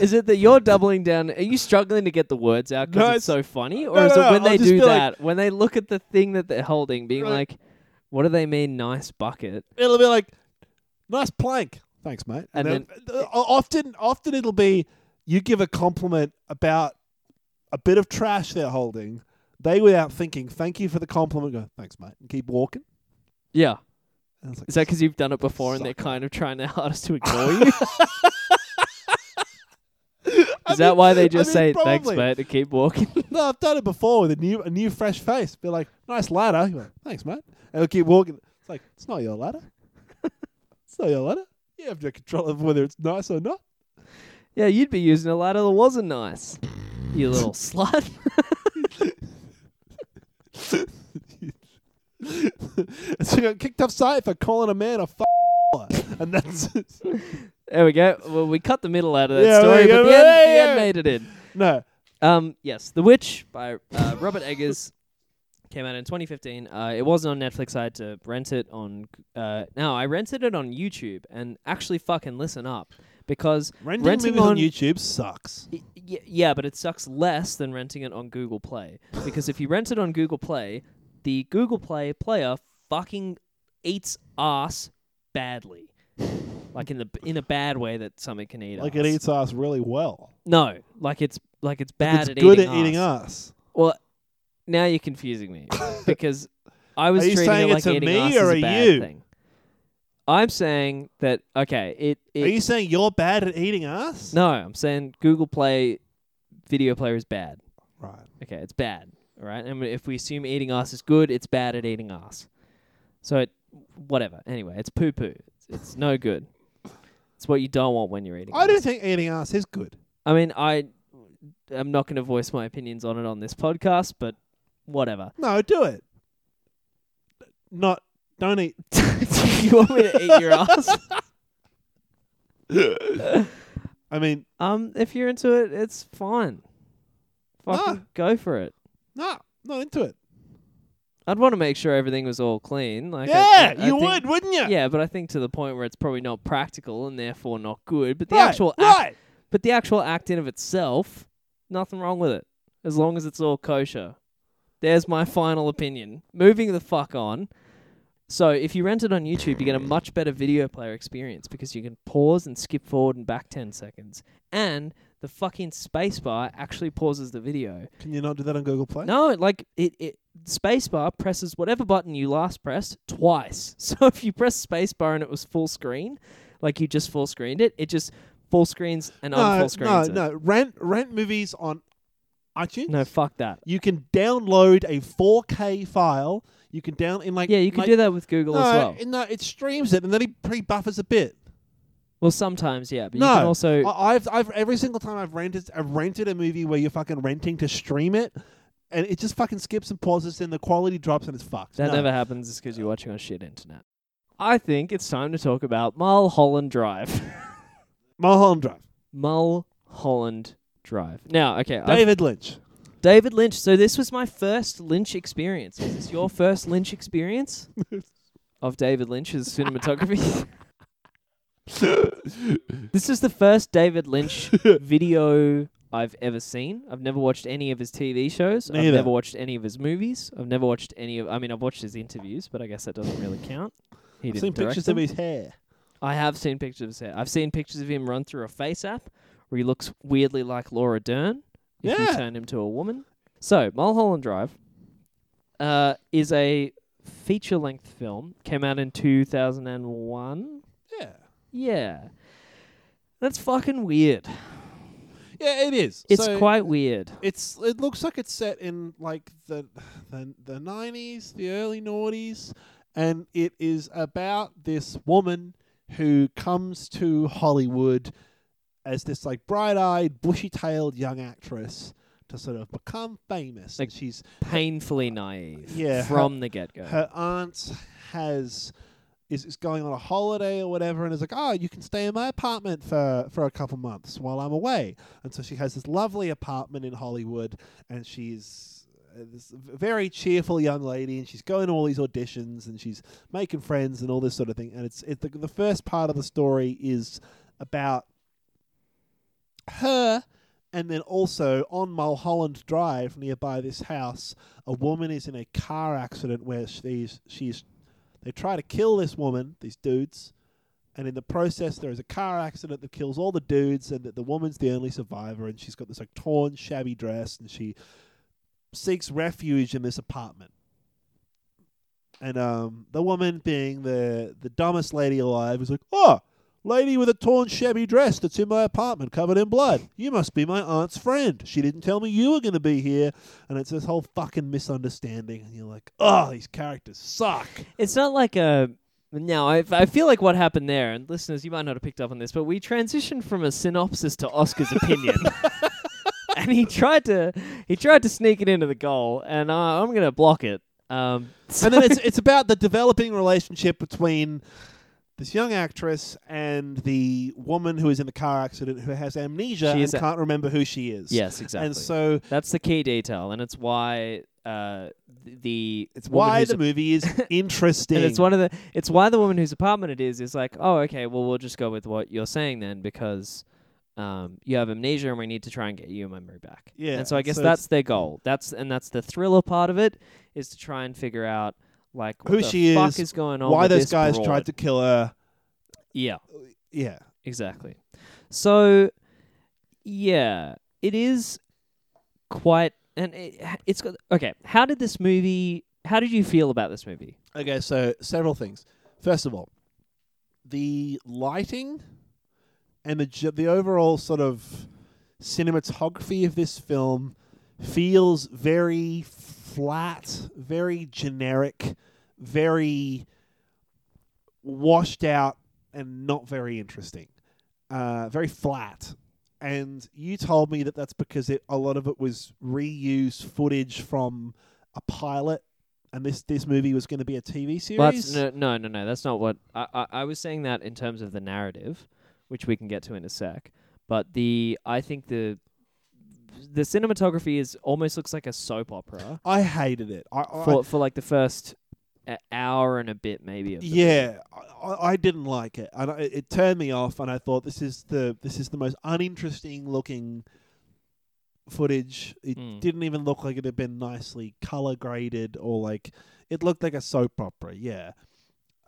is it that you're doubling down? Are you struggling to get the words out because No, it's so it's- funny, or no, is no, it no, when I'll they just do be like- that, when they look at the thing that they're holding, being Right. like, "What do they mean, nice bucket?" it'll be like, nice plank. Thanks, mate. And then uh, o- often, often it'll be you give a compliment about a bit of trash they're holding. They, without thinking, thank you for the compliment. Go, thanks, mate, and keep walking. Yeah, And it's like, is that because you've done it before and they're Sucker. kind of trying their hardest to ignore you? I Is that mean- why they I just mean, say thanks, probably. mate, and keep walking? No, I've done it before with a new, a new fresh face. Be like, nice ladder. You're like, thanks, mate. And they'll keep walking. It's like, it's not your ladder. it's not your ladder. You have no control of whether it's nice or not. yeah, you'd be using a ladder that wasn't nice, you little slut. so I got kicked upside for calling a man a f- and that's there we go. Well, we cut the middle out of that Yeah, story, we but go- the end, the yeah, end yeah. made it in. no. Um, yes, The Witch by uh, Robert Eggers came out in 2015. Uh, it wasn't on Netflix. I had to rent it on. Uh, no, I rented it on YouTube and actually fucking listen up because Renting, movies on, YouTube sucks. Y- y- yeah, but it sucks less than renting it on Google Play because if you rent it on Google Play, the Google Play player fucking eats ass badly, like in the in a bad way that something can eat. Like ass. it eats us really well. No, like it's like it's bad it's at good eating at eating ass. us. Well, now you're confusing me because I was Are you treating saying it like it's a eating me ass or is a a bad you? thing. I'm saying that okay, it, Are it you saying you're bad at eating us? no, I'm saying Google Play video player is bad. Right. Okay, it's bad. All right, and if we assume eating ass is good, it's bad at eating ass. So it, whatever. Anyway, it's poo poo. It's, it's no good. It's what you don't want when you're eating. I don't ass. think eating ass is good. I mean, I, I'm not going to voice my opinions on it on this podcast, but whatever. No, do it. Not don't eat you want me to eat your ass? I mean, Um, if you're into it, it's fine. Fucking Nah. go for it. no, not into it. I'd want to make sure everything was all clean. Like, I- yeah, I- I you think- would, wouldn't you? Yeah, but I think to the point where it's probably not practical and therefore not good. But the Right, actual act, right. but the actual act in of itself, nothing wrong with it, as long as it's all kosher. There's my final opinion. Moving the fuck on. So if you rent it on YouTube, you get a much better video player experience because you can pause and skip forward and back ten seconds, and the fucking spacebar actually pauses the video. Can you not do that on Google Play? No, like it, it spacebar presses whatever button you last pressed twice. So if you press spacebar and it was full screen, like you just full screened it, it just full screens and no, unfull no, screens. it. no. Rent rent movies on iTunes. No, fuck that. you can download a 4K file. You can down in like Yeah, you could like- do that with Google No, as well. no, it streams it and then it pre-buffers a bit. well, sometimes, yeah, but no, you can also I, I've I've every single time I've rented I've rented a movie where you're fucking renting to stream it, and it just fucking skips and pauses and the quality drops and it's fucked. that No. never happens. It's because you're watching on shit internet. I think it's time to talk about Mulholland Drive. Mulholland Drive. Mulholland Drive. Now, okay, I've David Lynch. David Lynch. So this was my first Lynch experience. Is this your first Lynch experience of David Lynch's cinematography? this is the first David Lynch video I've ever seen. I've never watched any of his TV shows. I've Neither. never watched any of his movies. I've never watched any of. I mean, I've watched his interviews, but I guess that doesn't really count. He I've didn't seen direct pictures them. of his hair. I have seen pictures of his hair. I've seen pictures of him run through a face app where he looks weirdly like Laura Dern if you Yeah. turn him to a woman. So, Mulholland Drive uh, is a feature length film. Came out in 2001. Yeah. Yeah. That's fucking weird. Yeah, it is. It's So quite weird. It's. It looks like it's set in like the the the nineties, the early noughties, and it is about this woman who comes to Hollywood as this like bright eyed, bushy tailed young actress to sort of become famous. Like, and she's Painfully naive Yeah, her- from the get go. her aunt has is, is going on a holiday or whatever and is like oh you can stay in my apartment for for a couple months while i'm away and so she has this lovely apartment in hollywood and she's uh, this v- very cheerful young lady and she's going to all these auditions and she's making friends and all this sort of thing and it's it, the, the first part of the story is about her and then also on Mulholland Drive nearby this house, a woman is in a car accident where she's she's they try to kill this woman, these dudes, and in the process there is a car accident that kills all the dudes and that the woman's the only survivor and she's got this like torn, shabby dress and she seeks refuge in this apartment. And um, the woman being the the dumbest lady alive is like, Oh, Lady with a torn, shabby dress that's in my apartment covered in blood. You must be my aunt's friend. She didn't tell me you were going to be here. And it's this whole fucking misunderstanding. And you're like, oh, these characters suck. It's not like a. Now, I, I feel like what happened there, and listeners, you might not have picked up on this, but we transitioned from a synopsis to Oscar's opinion. and he tried to he tried to sneak it into the goal, and uh, I'm going to block it. Um, so- and then it's, it's about the developing relationship between this young actress and the woman who is in the car accident who has amnesia She and is a- can't remember who she is. yes, exactly. And so That's the key detail, and it's why uh, th- the it's woman why who's the movie is interesting. And it's one of the it's why the woman whose apartment it is is like, oh, okay, well we'll just go with what you're saying then because um, you have amnesia and we need to try and get your memory back. Yeah, And so I guess so it's- that's their goal. That's and that's the thriller part of it is to try and figure out like what Who the she fuck is, is, going on. why with those this guys broad. tried to kill her. Yeah, Yeah. exactly. So yeah, it is quite and it, it's got okay. How did this movie? How did you feel about this movie? Okay, so several things. First of all, the lighting and the ge- the overall sort of cinematography of this film feels very flat, very generic, very washed out, and not very interesting. Uh, very flat. And you told me that that's because it, a lot of it was reused footage from a pilot, and this this movie was going to be a TV series. Well, that's, no, no, no, no. That's not what I, I, I was saying. That in terms of the narrative, which we can get to in a sec. But the I think the the cinematography is almost looks like a soap opera I hated it. I, Oh, I, for for like the first uh, hour and a bit maybe. Of the- yeah, I- I, I didn't like it, and I, it turned me off. And I thought this is the this is the most uninteresting looking footage. It Mm. didn't even look like it had been nicely color graded, or like it looked like a soap opera. Yeah.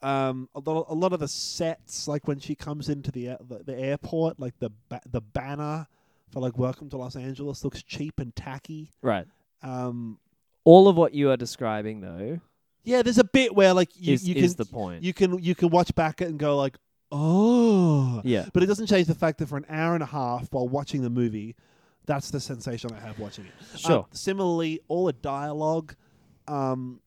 Um, a lot, a lot of the sets, like when she comes into the air- the, the airport, like the ba- the banner for like "Welcome to Los Angeles" looks cheap and tacky. right. Um, All of what you are describing though yeah, there's a bit where like you, is you is can the point. you can you can watch back it and go like, oh, yeah. but it doesn't change the fact that for an hour and a half while watching the movie, that's the sensation I have watching it. Uh, Sure. similarly, all the dialogue um,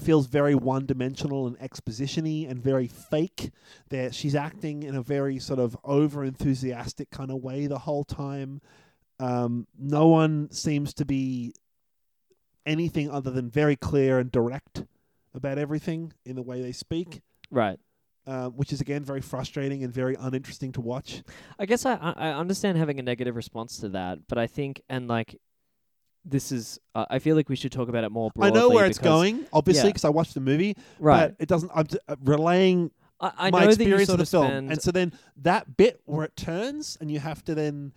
feels very one-dimensional and expositiony and very fake. That she's acting in a very sort of over-enthusiastic kind of way the whole time. Um, no one seems to be anything other than very clear and direct about everything in the way they speak. right. Uh, which is again very frustrating and very uninteresting to watch. I guess I, I I understand having a negative response to that, but I think and like this is uh, I feel like we should talk about it more broadly. I know where it's because- going, obviously, yeah. because I watched the movie. Right. But it doesn't. I'm d- uh, relaying I, I my know that you experience sort of the film, spend, and so then that bit where it turns, and you have to then.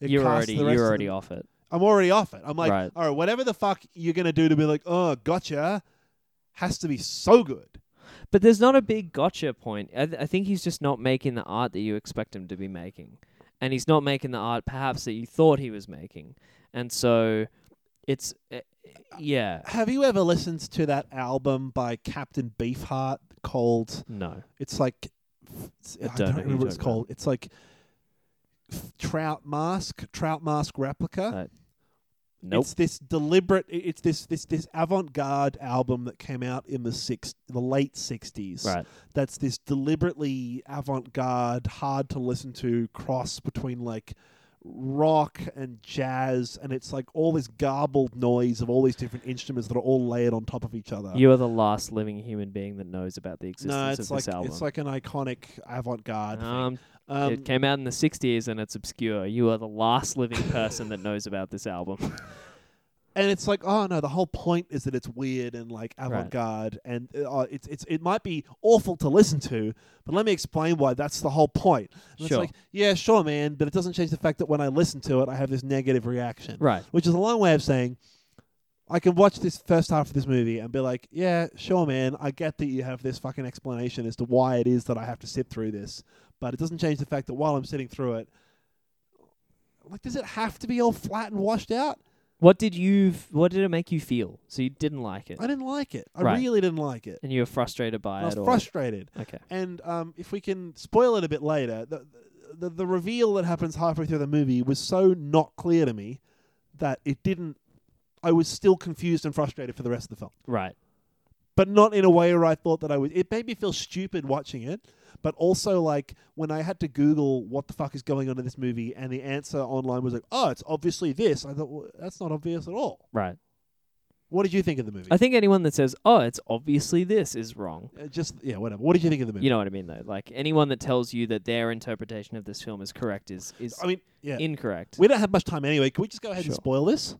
it you're casts already the rest you're of already the- off it. I'm already off it. I'm like, Right. all right, whatever the fuck you're gonna do to be like, oh, gotcha, has to be so good. But there's not a big gotcha point. I, th- I think he's just not making the art that you expect him to be making, and he's not making the art perhaps that you thought he was making, and so it's uh, yeah Have you ever listened to that album by Captain Beefheart called? no It's like it's, I, I don't don't know who remember you're what it's talking about. called. It's like f- Trout Mask, Trout Mask replica. Uh, nope It's this deliberate. i- It's this this this avant-garde album that came out in the six, the late sixties. right That's this deliberately avant-garde, hard to listen to cross between like rock and jazz, and it's like all this garbled noise of all these different instruments that are all layered on top of each other. You are the last living human being that knows about the existence uh, no, it's of like this album. it's like an iconic avant-garde. um, thing. Um, it came out in the 60s and it's obscure. You are the last living person that knows about this album. and it's like, oh no, the whole point is that it's weird and like avant-garde, and uh, it's it's it might be awful to listen to, but let me explain why that's the whole point. And Sure. It's like, yeah, sure, man, but it doesn't change the fact that when I listen to it, I have this negative reaction, Right. which is a long way of saying. I can watch this first half of this movie and be like, yeah, sure, man, I get that you have this fucking explanation as to why it is that I have to sit through this, but it doesn't change the fact that while I'm sitting through it, like, does it have to be all flat and washed out? What did you f- what did it make you feel? So you didn't like it I didn't like it. I Right. really didn't like it. and you were frustrated by I was it or frustrated. Okay. And um, if we can spoil it a bit later, the, the the reveal that happens halfway through the movie was so not clear to me that it didn't. I was still confused and frustrated for the rest of the film, Right. but not in a way where I thought that I was. It made me feel stupid watching it, but also like when I had to Google what the fuck is going on in this movie, and the answer online was like, "Oh, it's obviously this." I thought well, that's not obvious at all. Right. What did you think of the movie? I think anyone that says, "Oh, it's obviously this" is wrong. Uh, just yeah, whatever. What did you think of the movie? You know what I mean though? Like anyone that tells you that their interpretation of this film is correct is is I mean, Oh, yeah. incorrect. We don't have much time anyway. Can we just go ahead Sure. and spoil this?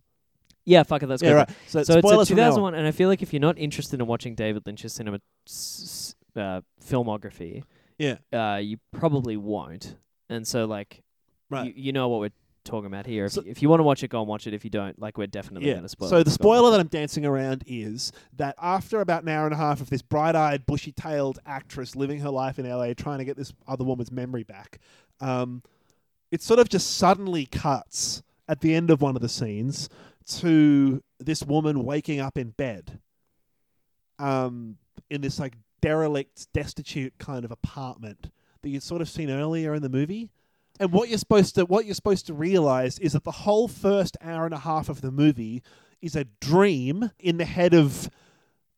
yeah, fuck it, let's yeah, go. right. back. So, So it's a spoilers from now on. 2001 and I feel like if you're not interested in watching David Lynch's cinema s- s- uh, filmography, Yeah, uh, you probably won't. And so, like, right. you, you know what we're talking about here. If, So- if you want to watch it, go and watch it. If you don't, like, we're definitely yeah. going to spoil. So it. the Go and spoiler watch that I'm dancing around is that after about an hour and a half of this bright-eyed, bushy-tailed actress living her life in LA, trying to get this other woman's memory back, um, it sort of just suddenly cuts at the end of one of the scenes to this woman waking up in bed, um, in this like derelict, destitute kind of apartment that you'd sort of seen earlier in the movie. And what you're supposed to what you're supposed to realize is that the whole first hour and a half of the movie is a dream in the head of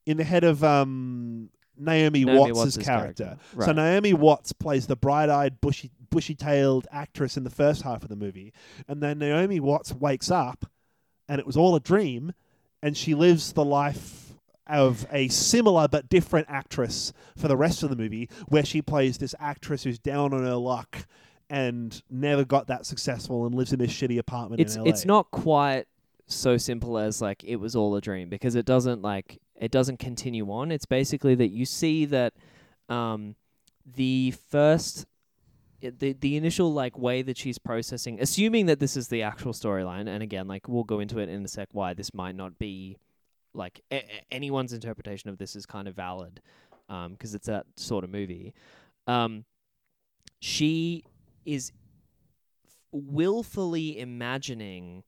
in the head of um, Naomi, Naomi Watts' Watts' character. character. So Right. Naomi Watts plays the bright-eyed, bushy bushy-tailed actress in the first half of the movie, and then Naomi Watts wakes up, and it was all a dream, and she lives the life of a similar but different actress for the rest of the movie, where she plays this actress who's down on her luck and never got that successful and lives in this shitty apartment It's in LA. it's not quite so simple as like it was all a dream because it doesn't like it doesn't continue on. It's basically that you see that um, the first. it- The, the initial like way that she's processing assuming that this is the actual storyline and again like we'll go into it in a sec why this might not be like a- a- anyone's interpretation of this is kind of valid because it's that sort of movie. Um, she is willfully imagining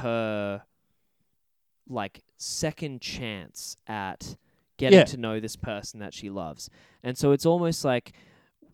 her like second chance at getting Yeah. to know this person that she loves, and so it's almost like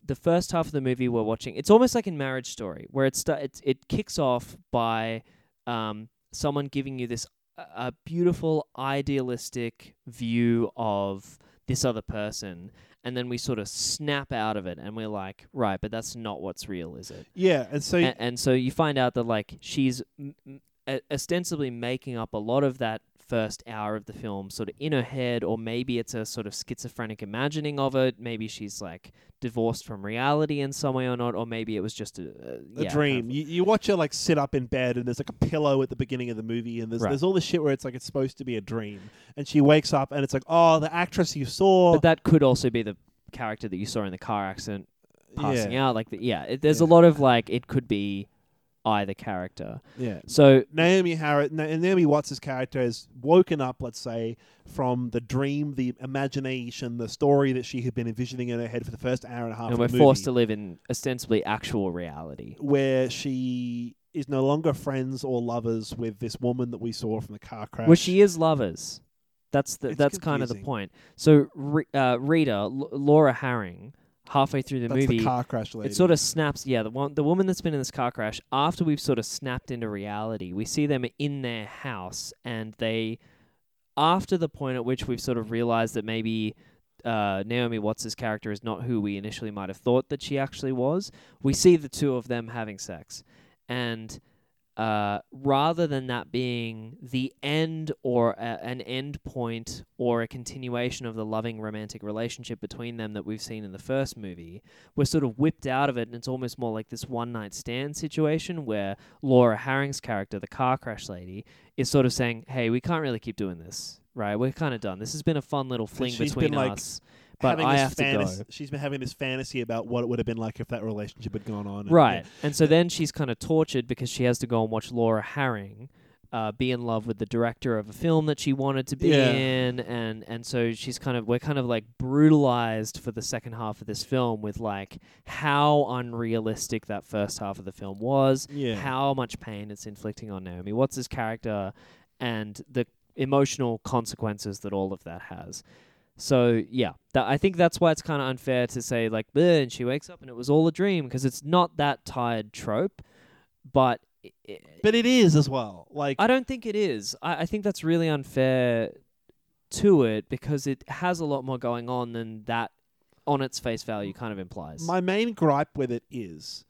the first half of the movie we're watching. It's almost like in Marriage Story, where it sta- it, it kicks off by um, someone giving you this uh, a beautiful idealistic view of this other person and then we sort of snap out of it and we're like right but that's not what's real is it yeah, and so A- and, so you find out that like she's m- m- o- ostensibly making up a lot of that first hour of the film sort of in her head or maybe it's a sort of schizophrenic imagining of it maybe she's like divorced from reality in some way or not or maybe it was just a, a, a yeah, dream. kind You, you watch her like sit up in bed, and there's like a pillow at the beginning of the movie, and there's Right. there's all this shit where it's like it's supposed to be a dream, and she wakes up, and it's like, oh, the actress you saw, of- but that could also be the character that you saw in the car accident passing yeah, out like the, yeah it, there's a Yeah. lot of like it could be either character yeah. so Naomi Harris, Na- Naomi Watts' character has woken up, let's say, from the dream, the imagination, the story that she had been envisioning in her head for the first hour and a half. and of we're the forced to movie, live in ostensibly actual reality where she is no longer friends or lovers with this woman that we saw from the car crash. well she is lovers that's the, It's that's kind of the confusing. point so Re- uh, rita L- laura harring halfway through the That's movie the car crash lady. It sort of snaps, yeah. The one, the woman that's been in this car crash. After we've sort of snapped into reality, we see them in their house, and they, after the point at which we've sort of realized that maybe uh, Naomi Watts' character is not who we initially might have thought that she actually was, we see the two of them having sex, and uh, rather than that being the end or a, an end point or a continuation of the loving romantic relationship between them that we've seen in the first movie, we're sort of whipped out of it, and it's almost more like this one night stand situation where Laura Harring's character, the car crash lady, is sort of saying, "Hey, we can't really keep doing this." Right, we're kind of done. This has been a fun little fling she's between been, like, us, but having I this have fantas- to go. She's been having this fantasy about what it would have been like if that relationship had gone on. and- Right. And so then she's kind of tortured because she has to go and watch Laura Harring uh, be in love with the director of a film that she wanted to be Yeah. in. And, and so she's kind of, we're kind of like brutalized for the second half of this film with like how unrealistic that first half of the film was, Yeah. how much pain it's inflicting on Naomi Watts' character, and the emotional consequences that all of that has. So yeah, tha I think that's why it's kind of unfair to say like, "Bleh," and she wakes up and it was all a dream because it's not that tired trope, but i i But it is as well. Like I don't think it is. I, I think that's really unfair to it because it has a lot more going on than that on its face value kind of implies. my main gripe with it is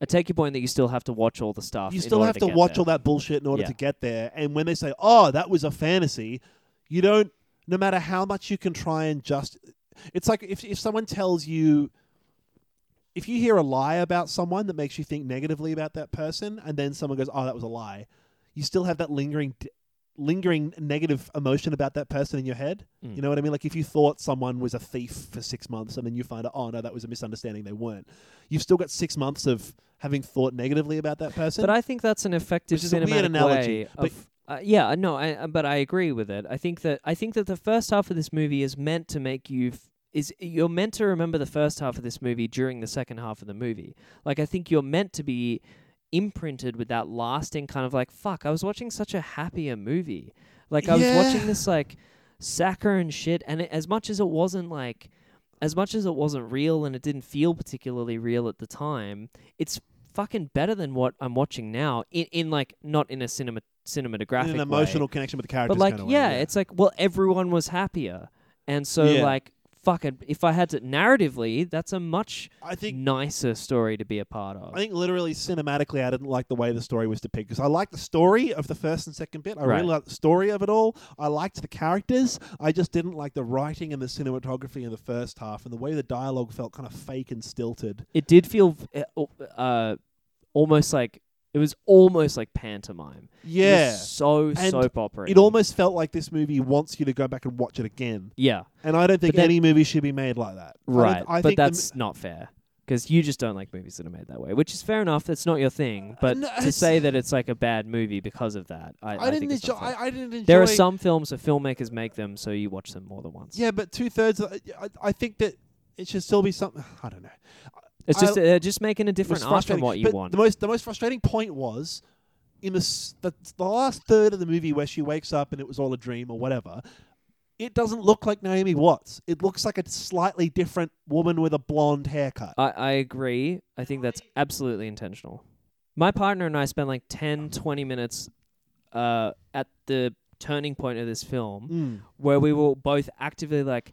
I take your point that you still have to watch all the stuff. you in still order have to, to get watch there. all that bullshit in order Yeah. to get there. And when they say, "Oh, that was a fantasy," you don't. No matter how much you can try and just, it's like if if someone tells you, if you hear a lie about someone that makes you think negatively about that person, and then someone goes, "Oh, that was a lie," you still have that lingering. D- lingering negative emotion about that person in your head Mm. you know what i mean like if you thought someone was a thief for six months and then you find out oh no that was a misunderstanding they weren't you've still got six months of having thought negatively about that person But I think that's an effective Which is a weird cinematic analogy, way but- of. Uh, yeah, no, I, uh, but I agree with it. I think that I think that the first half of this movie is meant to make you f- is you're meant to remember the first half of this movie during the second half of the movie. Like I think you're meant to be imprinted with that lasting kind of like fuck. I was watching such a happier movie. Like I Yeah. was watching this like saccharine shit, and it, as much as it wasn't like as much as it wasn't real and it didn't feel particularly real at the time, it's fucking better than what I'm watching now. In in like not in a cinema cinematographic in an way, emotional connection with the characters. but like kinda way, yeah, it's like well everyone was happier, and so Yeah. like fuck it. If I had to narratively, that's a much I think nicer story to be a part of. I think literally cinematically, I didn't like the way the story was depicted because I liked the story of the first and second bit. I Right. really liked the story of it all. I liked the characters. I just didn't like the writing and the cinematography in the first half and the way the dialogue felt kind of fake and stilted. it did feel v- uh almost like it was almost like pantomime. It was Yeah. so And soap opera. It almost felt like this movie wants you to go back and watch it again, yeah. and I don't think then- any movie should be made like that. I don't- Right. I, but think the m- that's not fair. Because you just don't like movies that are made that way, which is fair enough. That's not your thing. But Uh, no, to it's- say that it's like a bad movie because of that, I, I, didn't think it's enjoy. not fair. I, I didn't enjoy. there are some films that filmmakers make them, so you watch them more than once. Yeah, but two thirds. I, I think that it should still be something. I don't know. it's I- just uh, just making a was different art from frustrating. what you But want. The most the most frustrating point was in the, s- the the last third of the movie where she wakes up and it was all a dream or whatever. It doesn't look like Naomi Watts. It looks like a slightly different woman with a blonde haircut. I, I agree. I think that's absolutely intentional. My partner and I spent like 10, 20 minutes uh, at the turning point of this film Mm. where we were both actively like,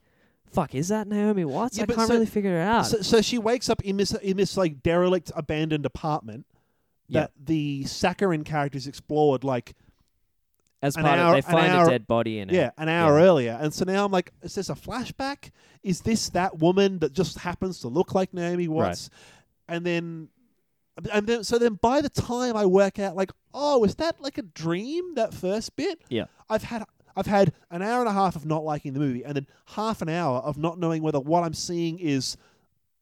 fuck, is that Naomi Watts? Yeah, I but can't so- really figure it out. So, so she wakes up in this in this like derelict abandoned apartment Yeah. that the saccharine characters explored like As An part hour- of, they an find hour- a dead body in it. Yeah, an hour Yeah. earlier. And so now I'm like, is this a flashback? Is this that woman that just happens to look like Naomi Watts? And then and then so then by the time I work out like, oh, is that like a dream, that first bit? Yeah. I've had I've had an hour and a half of not liking the movie and then half an hour of not knowing whether what I'm seeing is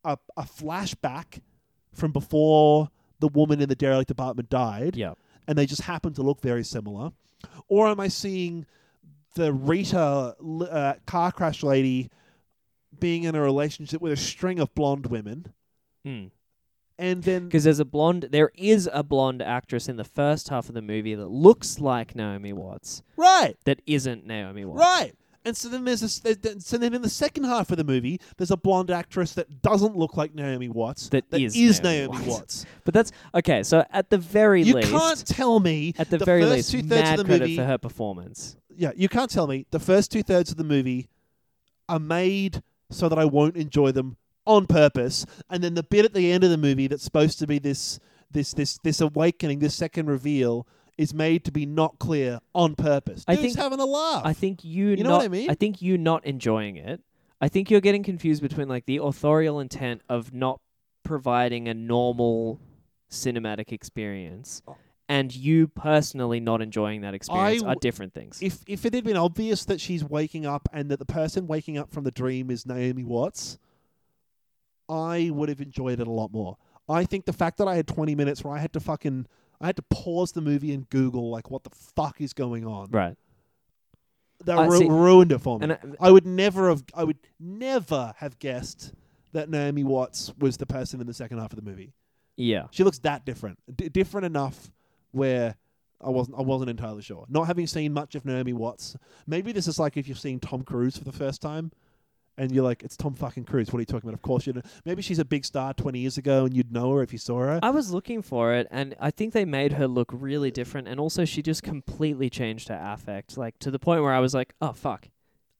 a, a flashback from before the woman in the derelict apartment died Yeah. and they just happen to look very similar? Or am I seeing the Rita l- uh, car crash lady being in a relationship with a string of blonde women? Mm. And then, Because there's a blonde, there is a blonde actress in the first half of the movie that looks like Naomi Watts, right, that isn't Naomi Watts. right. And so then there's this. there- there- So then in the second half of the movie, there's a blonde actress that doesn't look like Naomi Watts. That is is, Naomi Naomi, Watts. Watts. But that's okay. So at the very You least, can't tell me at the, very first least, two thirds mad of the credit movie for her performance. yeah, you can't tell me the first two thirds of the movie are made so that I won't enjoy them on purpose, and then the bit at the end of the movie that's supposed to be this this this this awakening, this second reveal is made to be not clear on purpose. I Dude's think- having a laugh. I think you, Oh. You know not, what I mean? I think you not enjoying it. I think you're getting confused between like the authorial intent of not providing a normal cinematic experience Oh. and you personally not enjoying that experience w- are different things. if if it had been obvious that she's waking up and that the person waking up from the dream is Naomi Watts, I would have enjoyed it a lot more. I think the fact that I had 20 minutes where I had to fucking I had to pause the movie and Google like what the fuck is going on. right. That I ru- see. ruined it for me. And I, I would never have I would never have guessed that Naomi Watts was the person in the second half of the movie. yeah. She looks that different, D- different enough where I wasn't I wasn't entirely sure. Not having seen much of Naomi Watts, maybe this is like if you're seeing Tom Cruise for the first time, and you're like, it's Tom fucking Cruise. What are you talking about? Of course you know. Maybe she's a big star 20 years ago, and you'd know her if you saw her. I was looking for it and I think they made her look really different and also she just completely changed her affect like to the point where I was like, "Oh fuck."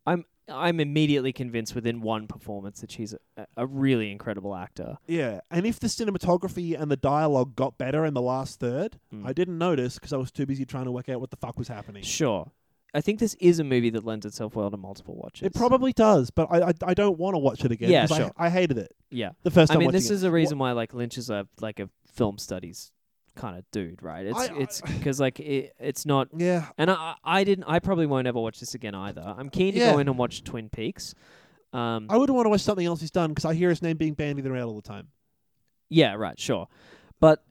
I'm I'm immediately convinced within one performance that she's a, a really incredible actor. yeah, and if the cinematography and the dialogue got better in the last third, Mm. I didn't notice because I was too busy trying to work out what the fuck was happening. Sure. I think this is a movie that lends itself well to multiple watches. It probably does, but I I, I don't want to watch it again. Yeah, 'cause I- sure. I, hated it Yeah. the first I time. mean, watching this it. is the reason why like Lynch is a like a film studies kind of dude, right? It's I- it's because like it, it's not. yeah, And I I I didn't. I probably won't ever watch this again either. I'm keen to go Yeah. Oh. in and watch Twin Peaks. Um. I would want to watch something else he's done because I hear his name being bandied around all the time. Yeah. Right. Sure. But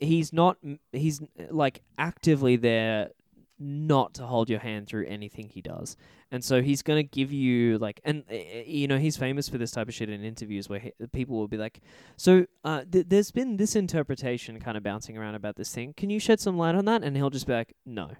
he's not. He's like actively there not to hold your hand through anything he does. And so he's going to give you like and uh, you know he's famous for this type of shit in interviews where he, people will be like so uh, th- there's been this interpretation kind of bouncing around about this thing. Can you shed some light on that? And he'll just be like, no.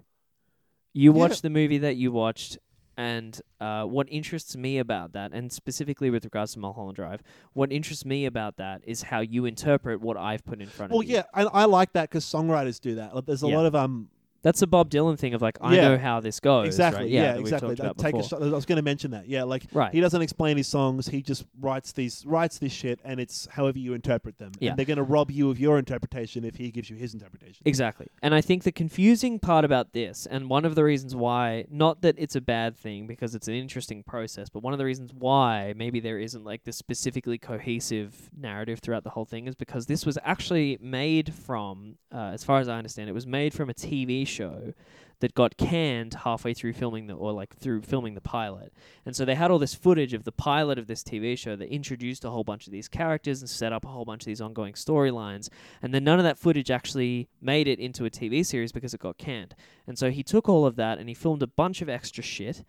You Yeah. watched the movie that you watched, and uh, what interests me about that, and specifically with regards to Mulholland Drive, what interests me about that is how you interpret what I've put in front Well, of you. yeah, I, I like that because songwriters do that. Like, There's a Yeah. lot of um, That's the Bob Dylan thing of like, I Yeah. know how this goes. Oh, right? exactly, Yeah, yeah, that we've exactly. talked I, about take a before. shot. I was going to mention that. Yeah, like Right. he doesn't explain his songs. He just writes these writes this shit, and it's however you interpret them. Yeah. And they're going to rob you of your interpretation if he gives you his interpretation. Exactly. And I think the confusing part about this, and one of the reasons why, not that it's a bad thing because it's an interesting process, but one of the reasons why maybe there isn't like this specifically cohesive narrative throughout the whole thing is because this was actually made from, uh, as far as I understand, it was made from a TV show that got canned halfway through filming the, or like through filming the pilot. And so they had all this footage of the pilot of this TV show that introduced a whole bunch of these characters and set up a whole bunch of these ongoing storylines and then none of that footage actually made it into a TV series because it got canned. And so he took all of that and he filmed a bunch of extra shit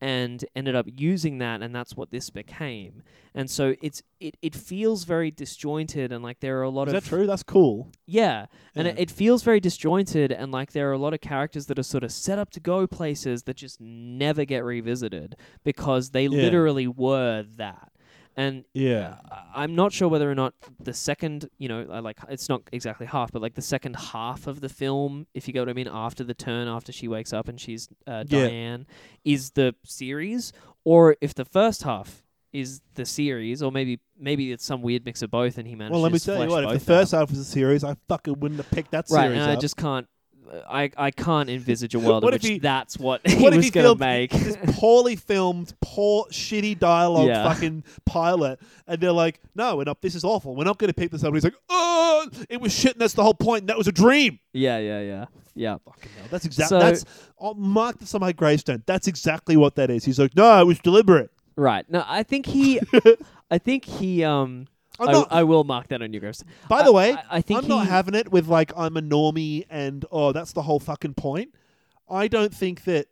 and ended up using that and that's what this became. And so it's it, it feels very disjointed and like there are a lot Is of that true? That's cool. yeah, and Yeah. It, it feels very disjointed, and like there are a lot of characters that are sort of set up to go places that just never get revisited because they Yeah. literally were that. And Yeah. I- I'm not sure whether or not the second, you know, I like it's not exactly half, but like the second half of the film, if you get what I mean, after the turn, after she wakes up and she's uh, Yeah. Diane, is the series, or if the first half is the series, or maybe maybe it's some weird mix of both, and he manages. Well, let me to tell you flesh what. If both the out first half was a series, I fucking wouldn't have picked that right, series. and I up. just can't. I, I can't envisage a world in What which if he- that's what he what if was he gonna filmed make. this poorly filmed, poor, shitty dialogue Yeah. fucking pilot, and they're like, "No, we're not. This is awful. We're not going to pick this up." And he's like, "Oh, it was shit, and that's the whole point. And that was a dream." yeah, yeah, yeah, yeah. Fucking hell, that's exactly. So- that's I'll mark this on my gravestone. That's exactly what that is. He's like, "No, it was deliberate." Right. No, I think he. I think he. Um. I'm I, not- I will mark that on your graves. By I- the way, I, I think I'm not he- having it with like I'm a normie and oh, that's the whole fucking point. I don't think that.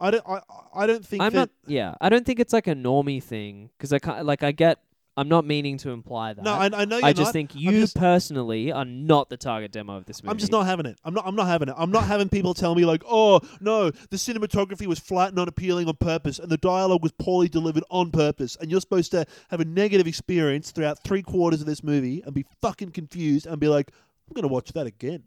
I don't. I, I don't think I'm that. not. Yeah, I don't think it's like a normie thing because I can't. Like, I get. I'm not meaning to imply that. no, I, I know you're I just not. think I'm you just- personally are not the target demo of this movie. I'm just not having it. I'm not. I'm not having it. I'm not having people tell me like, "Oh no, the cinematography was flat and unappealing on purpose, and the dialogue was poorly delivered on purpose, and you're supposed to have a negative experience throughout three quarters of this movie and be fucking confused and be like, "I'm gonna watch that again."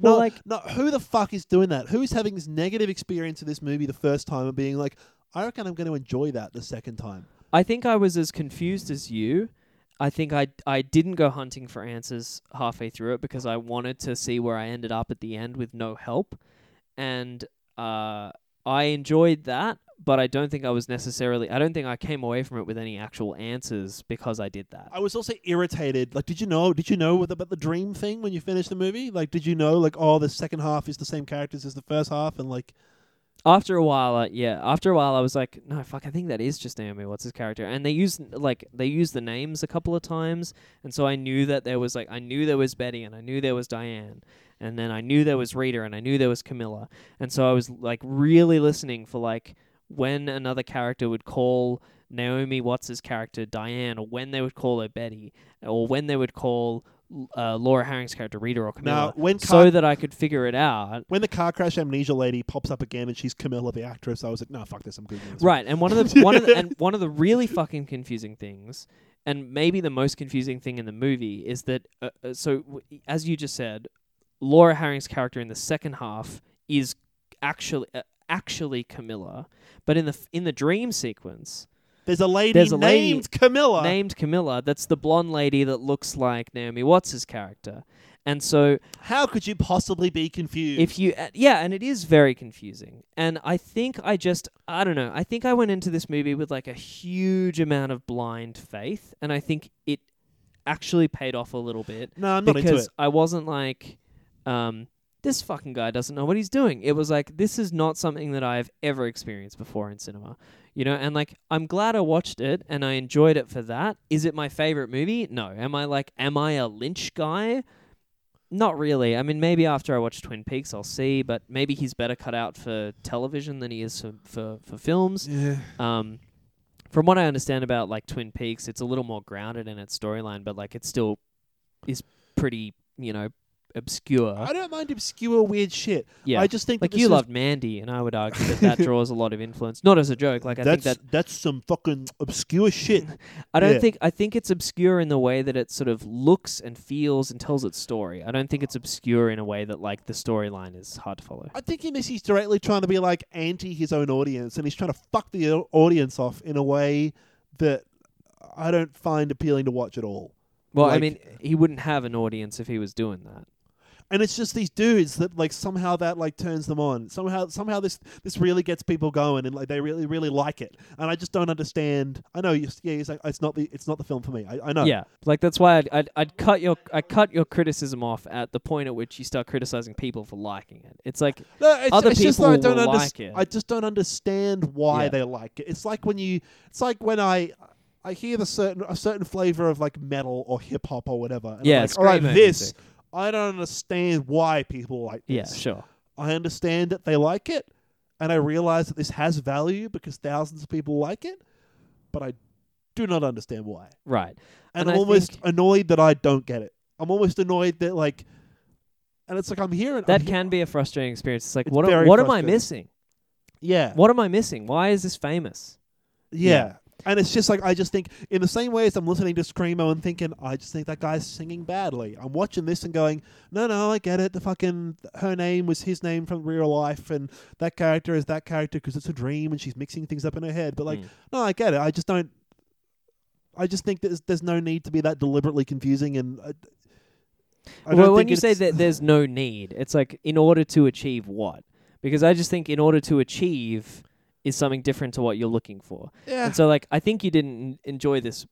Well, no, like- no. Who the fuck is doing that? Who's having this negative experience of this movie the first time and being like, "I reckon I'm going to enjoy that the second time." I think I was as confused as you. I think I I didn't go hunting for answers halfway through it because I wanted to see where I ended up at the end with no help, and uh, I enjoyed that. But I don't think I was necessarily. I don't think I came away from it with any actual answers because I did that. I was also irritated. Like, did you know? Did you know with- about the dream thing when you finished the movie? Like, did you know? Like, oh, the second half is the same characters as the first half, and like, After a while, I, yeah. After a while, I was like, no, fuck. I think that is just Naomi Watts' character, and they use like they use the names a couple of times, and so I knew that there was like I knew there was Betty, and I knew there was Diane, and then I knew there was Rita, and I knew there was Camilla, and so I was like really listening for like when another character would call Naomi Watts' character Diane, or when they would call her Betty, or when they would call uh, Laura Harring's character Rita or Camilla, Now, when so Car- that I could figure it out. when the car crash amnesia lady pops up again and she's Camilla the actress, I was like, no, fuck this, I'm good. with this. Right, and one of the one of the, and one of the really fucking confusing things, and maybe the most confusing thing in the movie is that uh, uh, so w- as you just said, Laura Harring's character in the second half is actually uh, actually Camilla, but in the f- in the dream sequence There's a lady There's a named lady Camilla. named Camilla, that's the blonde lady that looks like Naomi Watts' character, and so How could you possibly be confused? if you uh, yeah and it is very confusing and i think i just i don't know i think i went into this movie with like a huge amount of blind faith and i think it actually paid off a little bit no, I'm not because into it. i wasn't like um this fucking guy doesn't know what he's doing it was like this is not something that i've ever experienced before in cinema you know and like i'm glad i watched it and i enjoyed it for that is it my favorite movie no am i like am i a lynch guy not really. I mean, maybe after I watch Twin Peaks, I'll see. But maybe he's better cut out for television than he is for for, for films. Yeah. Um, from what I understand about like Twin Peaks, it's a little more grounded in its storyline, but like it still is pretty, you know, obscure. I don't mind obscure weird shit. Yeah. I just think Like that you this loved Mandy, and I would argue that that draws a lot of influence. Not as a joke. Like I Is, that's think that that's some fucking obscure shit. I don't Yeah. think I think it's obscure in the way that it sort of looks and feels and tells its story. I don't think it's obscure in a way that like the storyline is hard to follow. I think in this he's directly trying to be like anti his own audience, and he's trying to fuck the au- audience off in a way that I don't find appealing to watch at all. Well, I Like- mean, he wouldn't have an audience if he was doing that. And it's just these dudes that like somehow that like turns them on. Somehow somehow this this really gets people going, and like they really really like it. And I just don't understand. I know. you Yeah, he's like it's not the it's not the film for me. I, I know. Yeah, like that's why I'd, I'd I'd cut your I cut your criticism off at the point at which you start criticizing people for liking it. It's like No, it's, Other it's just that I people don't will underst- like it. I just don't understand why Yeah. they like it. It's like when you, it's like when I, I hear the certain a certain flavor of like metal or hip hop or whatever. And Yeah, I'm like, all right, screamo this music. I don't understand why people like yeah, this. sure, I understand that they like it, and I realize that this has value because thousands of people like it, but I do not understand why, right. And and, I I'm almost think- annoyed that I don't get it. I'm almost annoyed that like, and it's like I'm here and That I'm can be a frustrating experience. It's like It's what am, very what am I frustrating. missing? yeah. What am I missing? Why is this famous? Yeah. And it's just like I just think in the same way as I'm listening to Screamo and thinking, I just think that guy's singing badly. I'm watching this and going, No, no, I get it. The fucking her name was his name from real life, and that character is that character because it's a dream, and she's mixing things up in her head. But like, Mm. no, I get it. I just don't. I just think there's there's no need to be that deliberately confusing, and I, I well, don't when think you say it's- that there's no need, it's like in order to achieve what? Because I just think in order to achieve is something different to what you're looking for. yeah, And so, like, I think you didn't enjoy this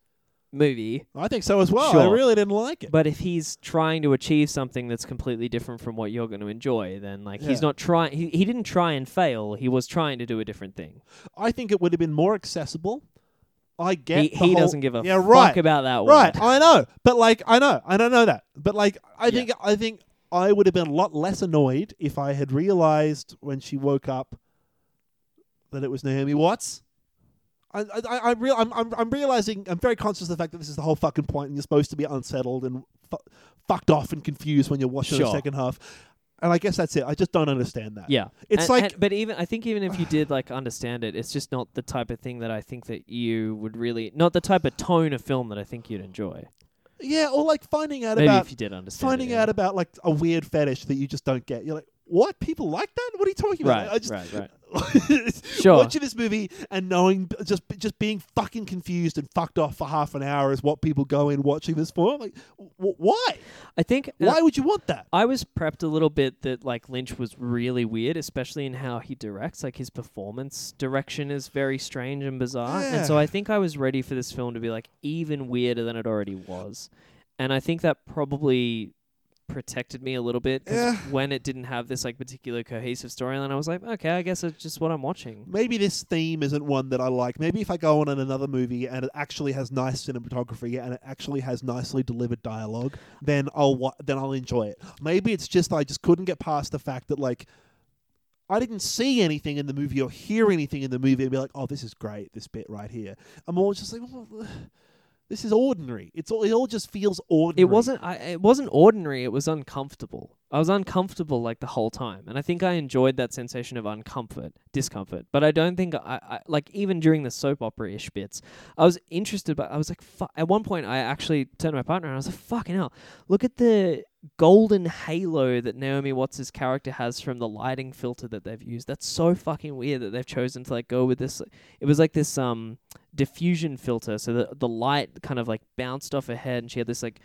movie I think so as well. I Sure. really didn't like it. But if he's trying to achieve something that's completely different from what you're going to enjoy, then like Yeah. he's not trying. He, he didn't try and fail. He was trying to do a different thing. I think it would have been more accessible. I get he the he whole- doesn't give a yeah, fuck right. about that. Right, word. I know, but like I know, I don't know that, but like I think I think I would have been a lot less annoyed if I had realized when she woke up that it was Naomi Watts. I I I I'm real I'm, I'm I'm realizing I'm very conscious of the fact that this is the whole fucking point, and you're supposed to be unsettled and fu- fucked off and confused when you're watching the Sure. second half. And I guess that's it. I just don't understand that. Yeah. It's And- like- and- but even I think even if you did like understand it, it's just not the type of thing that I think that you would really not the type of tone of film that I think you'd enjoy. yeah, or like finding out Maybe about if you did understand. finding it, out about like a weird fetish that you just don't get. You're like, what people like that? What are you talking yeah. about? right, I just right, right. Sure. Watching this movie and knowing just just being fucking confused and fucked off for half an hour is what people go in watching this for. Like, w- why? I think uh, Why would you want that? I was prepped a little bit that like Lynch was really weird, especially in how he directs. Like his performance direction is very strange and bizarre, and so Yeah. I think I was ready for this film to be like even weirder than it already was, and I think that probably protected me a little bit 'cause Yeah. when it didn't have this like particular cohesive storyline, I was like, okay, I guess it's just what I'm watching. Maybe this theme isn't one that I like. Maybe if I go on in another movie and it actually has nice cinematography and it actually has nicely delivered dialogue, then I'll wa- then I'll enjoy it. Maybe it's just I just couldn't get past the fact that like I didn't see anything in the movie or hear anything in the movie and be like, oh, this is great, this bit right here. I'm all just like, "Well, this is ordinary. It's all it all just feels ordinary. It wasn't. I, it wasn't ordinary. It was uncomfortable. I was uncomfortable like the whole time, and I think I enjoyed that sensation of uncomfort, discomfort. But I don't think I, I like even during the soap opera ish bits. I was interested, but I was like, fu- at one point, I actually turned to my partner and I was like, "Fucking hell! Look at the golden halo that Naomi Watts' character has from the lighting filter that they've used. That's so fucking weird that they've chosen to like go with this. It was like this um diffusion filter, so the the light kind of like bounced off her head, and she had this like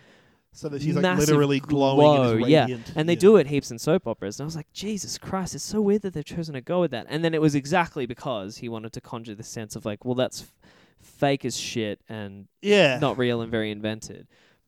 so that she's like massive literally glowing and glow, is yeah. radiant. and they do it heaps in soap operas. And I was like, Jesus Christ, it's so weird that they've chosen to go with that. And then it was exactly because he wanted to conjure the sense of like, well, that's f- fake as shit and Yeah. not real and very invented.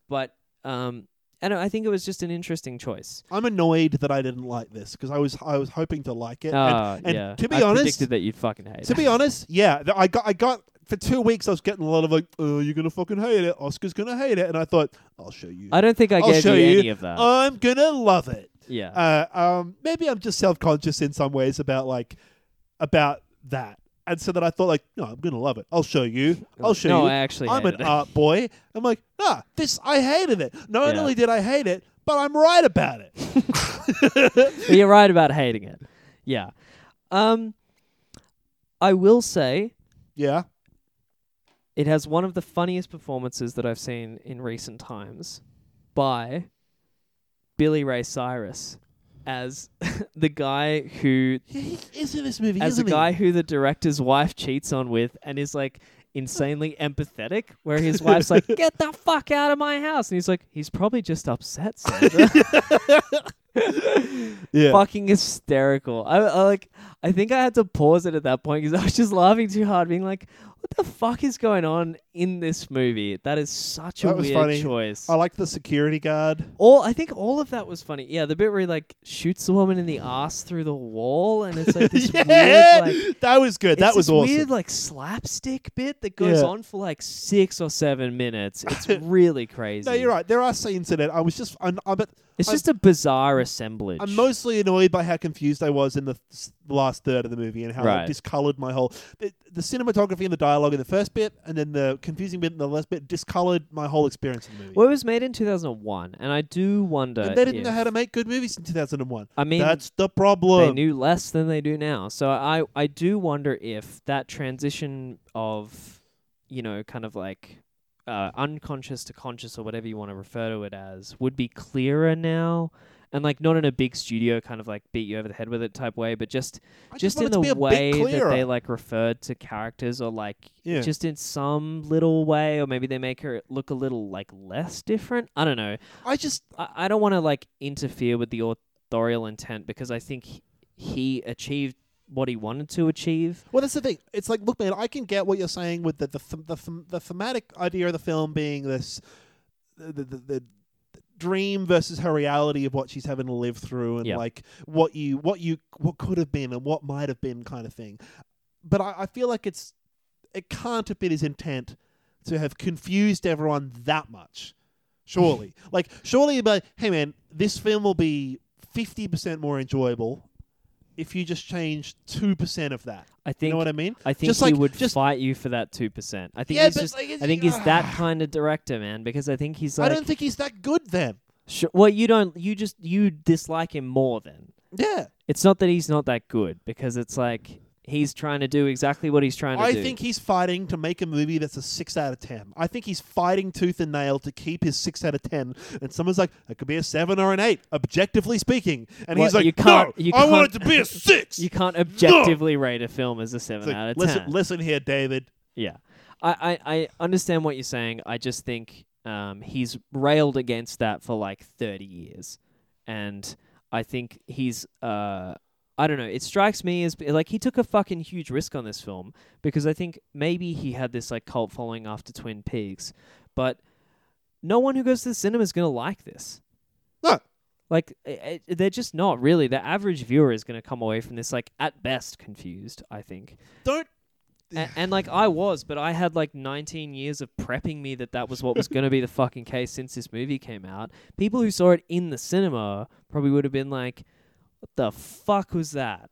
But um, and I think it was just an interesting choice. I'm annoyed that I didn't like this because I was I was hoping to like it. Ah, and, and yeah. to be I honest, predicted that you'd fucking hate. to it. be honest, yeah, th- I got I got for two weeks I was getting a lot of like, oh, you're gonna fucking hate it. Oscar's gonna hate it, and I thought I'll show you. I don't think I will gave show you you. any of that. I'm gonna love it. yeah. Uh, um, maybe I'm just self conscious in some ways about like about that, and so that I thought like, no, I'm gonna love it. I'll show you. I'll show Uh, no, you. I actually I'm an hated it. art boy. I'm like, nah, this I hated it. Not Yeah. only did I hate it, but I'm right about it. But you're right about hating it. Yeah. Um, I will say Yeah. It has one of the funniest performances that I've seen in recent times by Billy Ray Cyrus as the guy who Yeah, he is in this movie, as the isn't guy he? who the director's wife cheats on with and is like insanely empathetic where his wife's like get the fuck out of my house and he's like he's probably just upset Sandra. Yeah. fucking hysterical. I, I like. I think I had to pause it at that point because I was just laughing too hard, being like, "What the fuck is going on in this movie? That is such a That was weird funny. Um, choice." I like the security guard. all I think all of that was funny. Yeah, the bit where he like shoots the woman in the ass through the wall, and it's like this yeah, weird like. that was good. it's That was this awesome. weird like slapstick bit that goes Yeah. on for like six or seven minutes. It's really crazy. no, you're right. There are scenes in it. I was just, I'm, I'm, at- It's I'm- just a bizarre assemblage. I'm mostly annoyed by how confused I was in the th- last third of the movie and how Right. it discolored my whole. The, the cinematography and the dialogue in the first bit, and then the confusing bit in the last bit, discolored my whole experience of the movie. well, it was made in 2001, and I do wonder. and they didn't know if- how to make good movies in 2001. I mean, That's the problem. They knew less than they do now. So I, I do wonder if that transition of, you know, kind of like uh, unconscious to conscious or whatever you want to refer to it as would be clearer now. And like not in a big studio kind of like beat you over the head with it type way, but just I just, want in it to be the a bit way that they clearer. like referred to characters or like Yeah. just in some little way, or maybe they make her look a little like less different. I don't know. I just I, I don't want to like interfere with the authorial intent because I think he, he achieved what he wanted to achieve. Well, that's the thing. It's like, look, man, I can get what you're saying with the the th- the, th- the thematic idea of the film being this the the, the, the dream versus her reality of what she's having to live through and Yeah. like what you what you what could have been and what might have been kind of thing. But I, I feel like it's it can't have been his intent to have confused everyone that much. Surely, like surely, but hey, man, this film will be fifty percent more enjoyable if you just change two percent of that. I think You know what I mean? I think Just he like- would just- fight you for that two percent. I think Yeah, he's but, just like, it's- I think he's that ah. kind of director, man, because I think he's like I don't think he's that good then. Sh- well, you don't you just you dislike him more then. Yeah. It's not that he's not that good because it's like he's trying to do exactly what he's trying to I do. think he's fighting to make a movie that's a six out of ten. I think he's fighting tooth and nail to keep his six out of ten. And someone's like, it could be a seven or an eight, objectively speaking. And he's Well, like, you can't- no, you I want it can't- to be a six. you can't objectively rate a film as a It's seven like, out of listen, ten. listen here, David. Yeah, I, I, I understand what you're saying. I just think um, he's railed against that for like 30 years, and I think he's uh, I don't know. It strikes me as like he took a fucking huge risk on this film because I think maybe he had this like cult following after Twin Peaks, but no one who goes to the cinema is gonna like this. No. Like i i they're just not really. The average viewer is going to come away from this like at best confused. I think Don't. and, and like I was, but I had like 19 years of prepping me that that was what was going to be the fucking case since this movie came out. People who saw it in the cinema probably would have been like, "What the fuck was that?"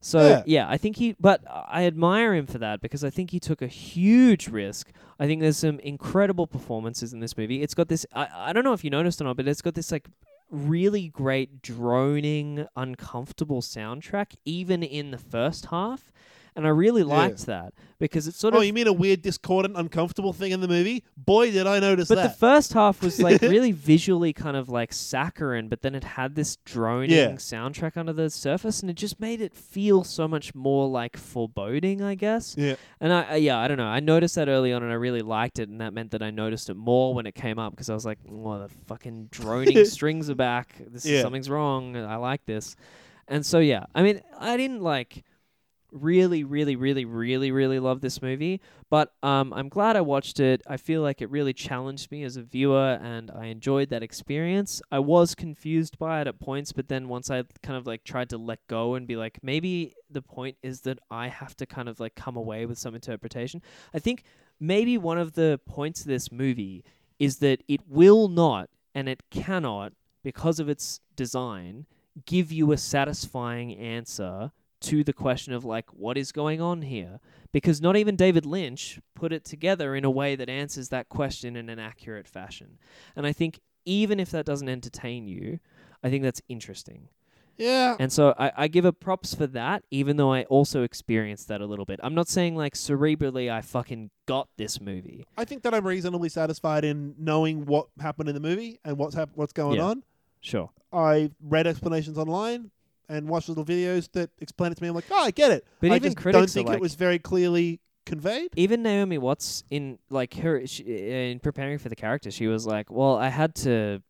So Yeah. yeah. I think he. But I admire him for that because I think he took a huge risk. I think there's some incredible performances in this movie. It's got this. I, I don't know if you noticed or not, but it's got this like really great droning, uncomfortable soundtrack, even in the first half. And I really liked that because it's sort Oh, of you mean a weird, discordant, uncomfortable thing in the movie? Boy, did I notice But that. the first half was like really visually kind of like saccharine, but then it had this droning Yeah. soundtrack under the surface, and it just made it feel so much more like foreboding, I guess. Yeah. And I, I yeah, I don't know. I noticed that early on, and I really liked it, and that meant that I noticed it more when it came up because I was like, "Oh, the fucking droning strings are back. This Yeah. is something's wrong. I like this." And so yeah, I mean, I didn't like really, really, really, really, really love this movie. But um, I'm glad I watched it. I feel like it really challenged me as a viewer, and I enjoyed that experience. I was confused by it at points, but then once I kind of like tried to let go and be like, maybe the point is that I have to kind of like come away with some interpretation. I think maybe one of the points of this movie is that it will not and it cannot, because of its design, give you a satisfying answer to the question of like what is going on here because not even David Lynch put it together in a way that answers that question in an accurate fashion. And I think even if that doesn't entertain you, I think that's interesting. yeah. And so I, I give her props for that, even though I also experienced that a little bit. I'm not saying like cerebrally I fucking got this movie. I think that I'm reasonably satisfied in knowing what happened in the movie and what's hap- what's going Yeah. on. Sure. I read explanations online and watched little videos that explain it to me. I'm like, oh, I get it. But I even just critics don't are think it like- was very clearly conveyed. Even Naomi Watts in like her she, in preparing for the character, she was like, "Well, I had to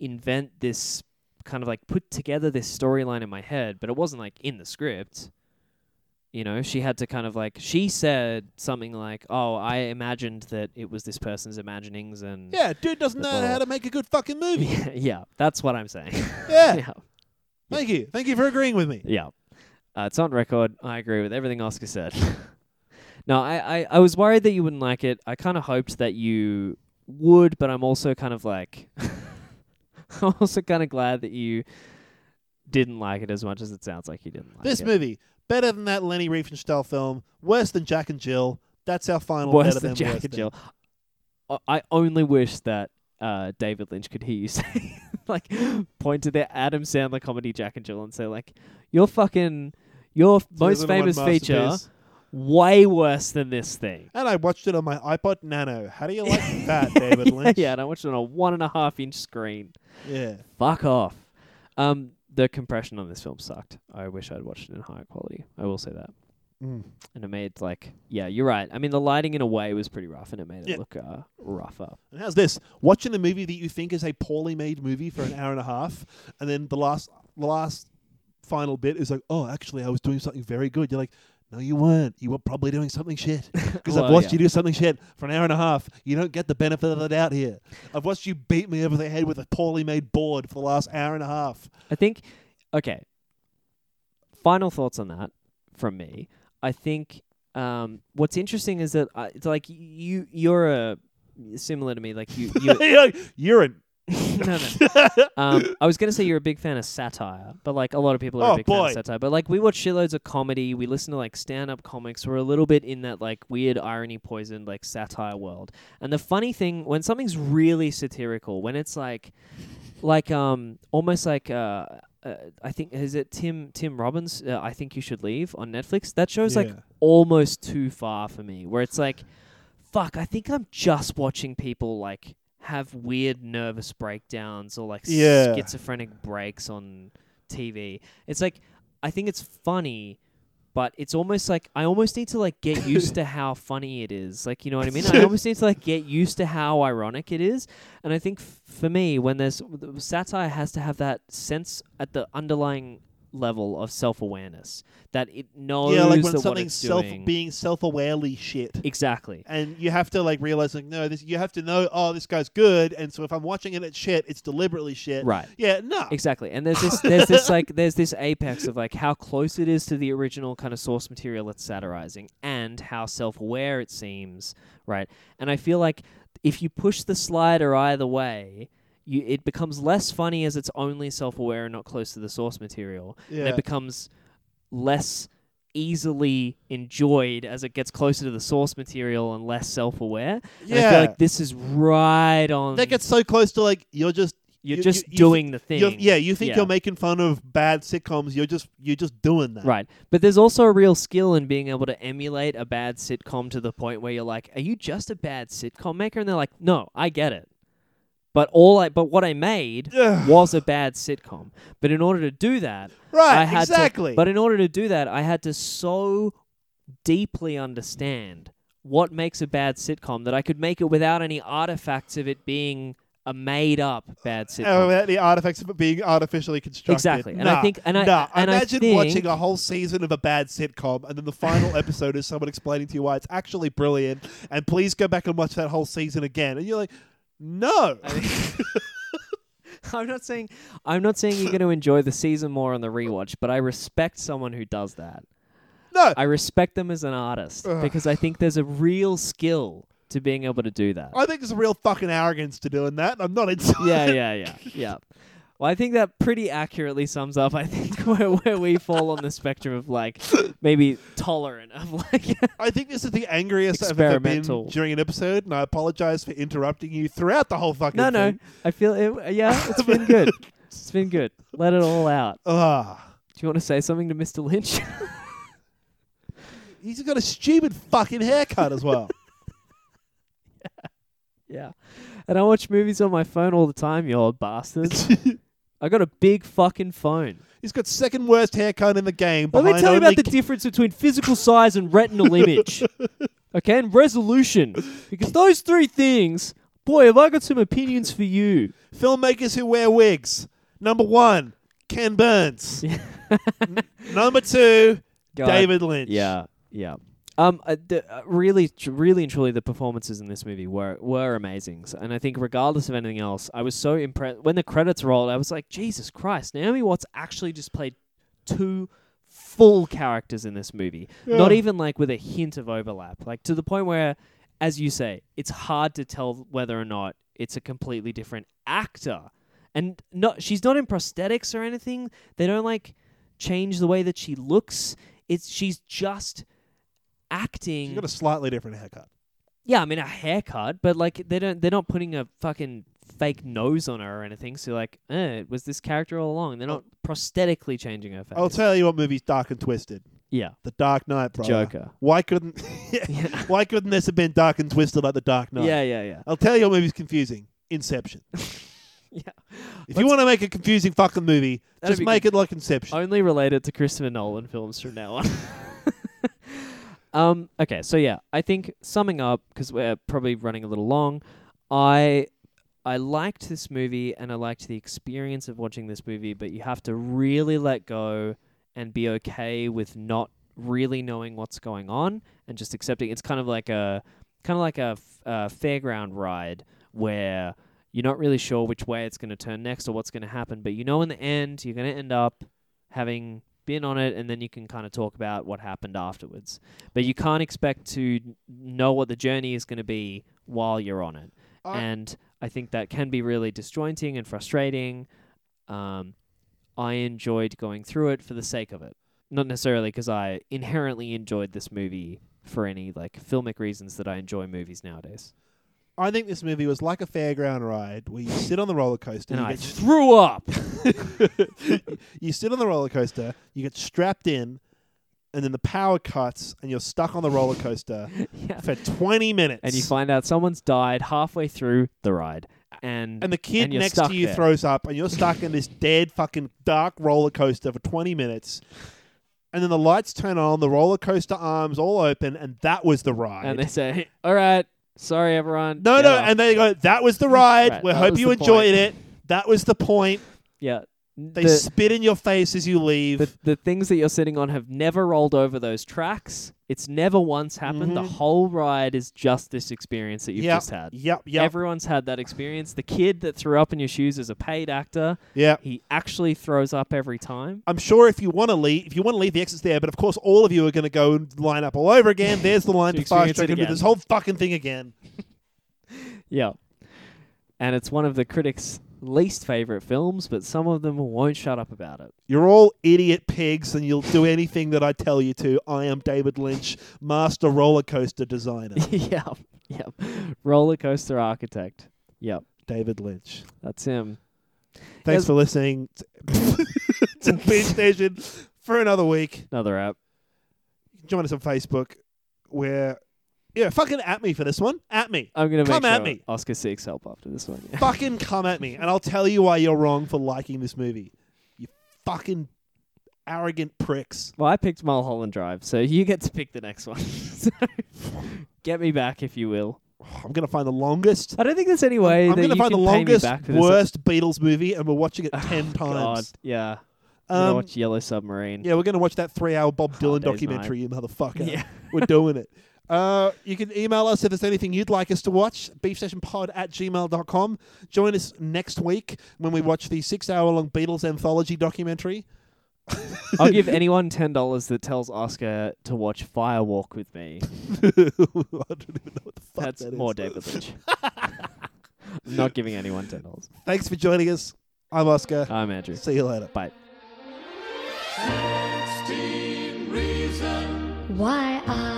invent this kind of like put together this storyline in my head, but it wasn't like in the script." You know, she had to kind of like she said something like, "Oh, I imagined that it was this person's imaginings and Yeah, dude doesn't know Well- how to make a good fucking movie. yeah, yeah, that's what I'm saying." Yeah, yeah. thank you, thank you for agreeing with me. Yeah. Uh, it's on record. I agree with everything Oscar said. no, I, I, I was worried that you wouldn't like it. I kind of hoped that you would, but I'm also kind of like. I'm also kind of glad that you didn't like it as much as it sounds like you didn't like This it. movie better than that Lenny Riefenstahl film, worse than Jack and Jill. That's our final. Worse better than than Jack worse and than. Jill. I- I only wish that uh, David Lynch could hear you say, like, point to their Adam Sandler comedy Jack and Jill and say, like, your fucking, your It's most another one famous feature masterpiece. way worse than this thing. And I watched it on my iPod Nano. How do you like that, David Lynch? yeah, and I watched it on a one and a half inch screen. yeah. Fuck off. Um, the compression on this film sucked. I wish I'd watched it in higher quality. I will say that. Mm. And it made like, yeah, you're right. I mean, the lighting in a way was pretty rough, and it made it Yeah. look uh, rougher. And how's this? Watching a movie that you think is a poorly made movie for an hour and a half, and then the last the last final bit is like, oh, actually, I was doing something very good. You're like, no, you weren't. You were probably doing something shit because I've Well, watched yeah. you do something shit for an hour and a half. You don't get the benefit of the doubt here. I've watched you beat me over the head with a poorly made board for the last hour and a half. I think, okay. Final thoughts on that from me. I think um, what's interesting is that I, it's like you you're a similar to me. Like you you You're an no, no. Um, I was going to say you're a big fan of satire, but like a lot of people are Oh, a big fan boy. of satire. But like we watch shitloads of comedy, we listen to like stand up comics. We're a little bit in that like weird irony poisoned like satire world. And the funny thing when something's really satirical, when it's like, like um, almost like uh, uh, I think is it Tim Tim Robbins? Uh, I think you should leave on Netflix. That show's like Yeah. almost too far for me. Where it's like, fuck, I think I'm just watching people like have weird nervous breakdowns or like Yeah. schizophrenic breaks on TV. It's like I think it's funny. But it's almost like I almost need to like get used to how funny it is. Like you know what I mean? I almost need to like get used to how ironic it is. And I think f- for me, when there's the satire, has to have that sense at the underlying level of self awareness that it knows yeah, like when that what something's it's self doing. being self-awarely shit. exactly. and you have to like realize like no this you have to know oh this guy's good and so if i'm watching it it's shit it's deliberately shit Right. yeah no Exactly. And there's this there's this like there's this apex of like how close it is to the original kind of source material it's satirizing and how self aware it seems, right? And I feel like if you push the slider either way, you, it becomes less funny as it's only self aware and not close to the source material. And Yeah. it becomes less easily enjoyed as it gets closer to the source material and less self aware. And I Yeah. feel like this is right on that gets so close to like you're just you're you- just you- you doing the thing. you're- yeah you think Yeah. you're making fun of bad sitcoms you're just you're just doing that Right. But there's also a real skill in being able to emulate a bad sitcom to the point where you're like, are you just a bad sitcom maker? And they're like, no, I get it. But all I, but what I made was a bad sitcom. But in order to do that, Right, I had to- exactly. but in order to do that, I had to so deeply understand what makes a bad sitcom that I could make it without any artifacts of it being a made up bad sitcom. Oh, without the artifacts of it being artificially constructed. Exactly. And I Nah, think- and I- nah. and I imagine think- watching a whole season of a bad sitcom, and then the final episode is someone explaining to you why it's actually brilliant, and please go back and watch that whole season again, and you're like, no, I'm not saying I'm not saying you're going to enjoy the season more on the rewatch, but I respect someone who does that. no, I respect them as an artist because I think there's a real skill to being able to do that. I think there's a real fucking arrogance to doing that. and I'm not into yeah, it. yeah, yeah, yeah. Well, I think that pretty accurately sums up. I think where, where we fall on the spectrum of like maybe tolerant of like. I think this is the angriest I've ever been Experimental. during an episode, and I apologize for interrupting you throughout the whole fucking no, no. thing. I feel it. Yeah, it's been good. It's been good. Let it all out. Ah. Do you want to say something to Mr. Lynch? He's got a stupid fucking haircut as well. Yeah. And I watch movies on my phone all the time, you old bastards. I got a big fucking phone. He's got second worst haircut in the game. Let me behind tell you about only the difference between physical size and retinal image. Okay, and resolution. Because those three things, boy, have I got some opinions for you. filmmakers who wear wigs. Number one, Ken Burns. N- Number two, God. David Lynch. Yeah, yeah. Um, uh, the, uh, really, tr- really and truly, the performances in this movie were were amazing, S- and I think regardless of anything else, I was so impressed when the credits rolled. I was like, Jesus Christ, Naomi Watts actually just played two full characters in this movie, not even like with a hint of overlap, like to the point where, as you say, it's hard to tell whether or not it's a completely different actor, and not she's not in prosthetics or anything. They don't like change the way that she looks. It's she's just He's acting. got a slightly different haircut. yeah, I mean a haircut, but like they don't they're not putting a fucking fake nose on her or anything. So like, eh, it was this character all along. Oh. They're not prosthetically changing her face. I'll tell you what movie's dark and twisted. yeah, The Dark Knight, brother. Joker. Why couldn't Why couldn't this have been dark and twisted like The Dark Knight? yeah, yeah, yeah. I'll tell you what movie's confusing. Inception. Yeah. If you want to make a confusing fucking movie, That'd just be make it like Inception. Only related to Christopher Nolan films from now on. um. Okay. So yeah, I think summing up because we're probably running a little long. I I liked this movie and I liked the experience of watching this movie, but you have to really let go and be okay with not really knowing what's going on and just accepting. It's kind of like a kind of like a f- uh, fairground ride where you're not really sure which way it's going to turn next or what's going to happen, but you know in the end you're going to end up having been on it and then you can kind of talk about what happened afterwards. But you can't expect to n- know what the journey is going to be while you're on it. Oh, and I think that can be really disjointing and frustrating. Um, I enjoyed going through it for the sake of it. Not necessarily because I inherently enjoyed this movie for any like filmic reasons that I enjoy movies nowadays. I think this movie was like a fairground ride where you sit on the roller coaster, and you, I get, threw up. you sit on the roller coaster, you get strapped in, and then the power cuts, and you're stuck on the roller coaster Yeah. for 20 minutes. And you find out someone's died halfway through the ride, and and the kid and you're next stuck to you there. throws up, and you're stuck in this dead fucking dark roller coaster for 20 minutes. And then the lights turn on, the roller coaster arms all open, and that was the ride. and they say, "All right, sorry everyone." no, Get no, off." and they go, "That was the ride. Right, we that hope was you the enjoyed point." it. That was the point." yeah, They The- spit in your face as you leave. the, the things that you're sitting on have never rolled over those tracks. It's never once happened. The Mhm. whole ride is just this experience that you've yep, just had. Yep, yep, Everyone's had that experience. The kid that threw up in your shoes is a paid actor. yep. He actually throws up every time. I'm sure if you want to leave, if you want to leave, the exit's there. But of course, all of you are going to go and line up all over again. There's the line To to fast experience it track and do again. this whole fucking thing again. Yeah. And it's one of the critics' least favorite films, but some of them won't shut up about it. You're all idiot pigs, and you'll do anything that I tell you to. I am David Lynch, master roller coaster designer. yep. Yep. Roller coaster architect. Yep. David Lynch. That's him. Thanks Yes. for listening to, to Beach Station for another week. Another app. join us on Facebook. Where, yeah, fucking at me for this one. At me. I'm gonna Come make at sure me. Oscar seeks help after this one. Yeah. fucking come at me, and I'll tell you why you're wrong for liking this movie. You fucking arrogant pricks. Well, I picked Mulholland Drive, so you get to pick the next one. so get me back if you will. I'm gonna find the longest. I don't think there's any way that I'm you gonna find the can pay me longest back for this. Oh worst Beatles movie, and we're watching it ten God, times. yeah. I'm gonna Um, watch Yellow Submarine. yeah, we're gonna watch that three-hour Bob Hard Dylan Day's documentary, you motherfucker. Yeah. we're doing it. Uh, you can email us if there's anything you'd like us to watch, beefstationpod at gmail.com. Join us next week when we watch the six hour long Beatles anthology documentary. I'll give anyone ten dollars that tells Oscar to watch Firewalk with me. I don't even know what the fuck That's that is. more David Lynch. I'm not giving anyone ten dollars. Thanks for joining us. I'm Oscar. I'm Andrew. See you later. Bye. Why I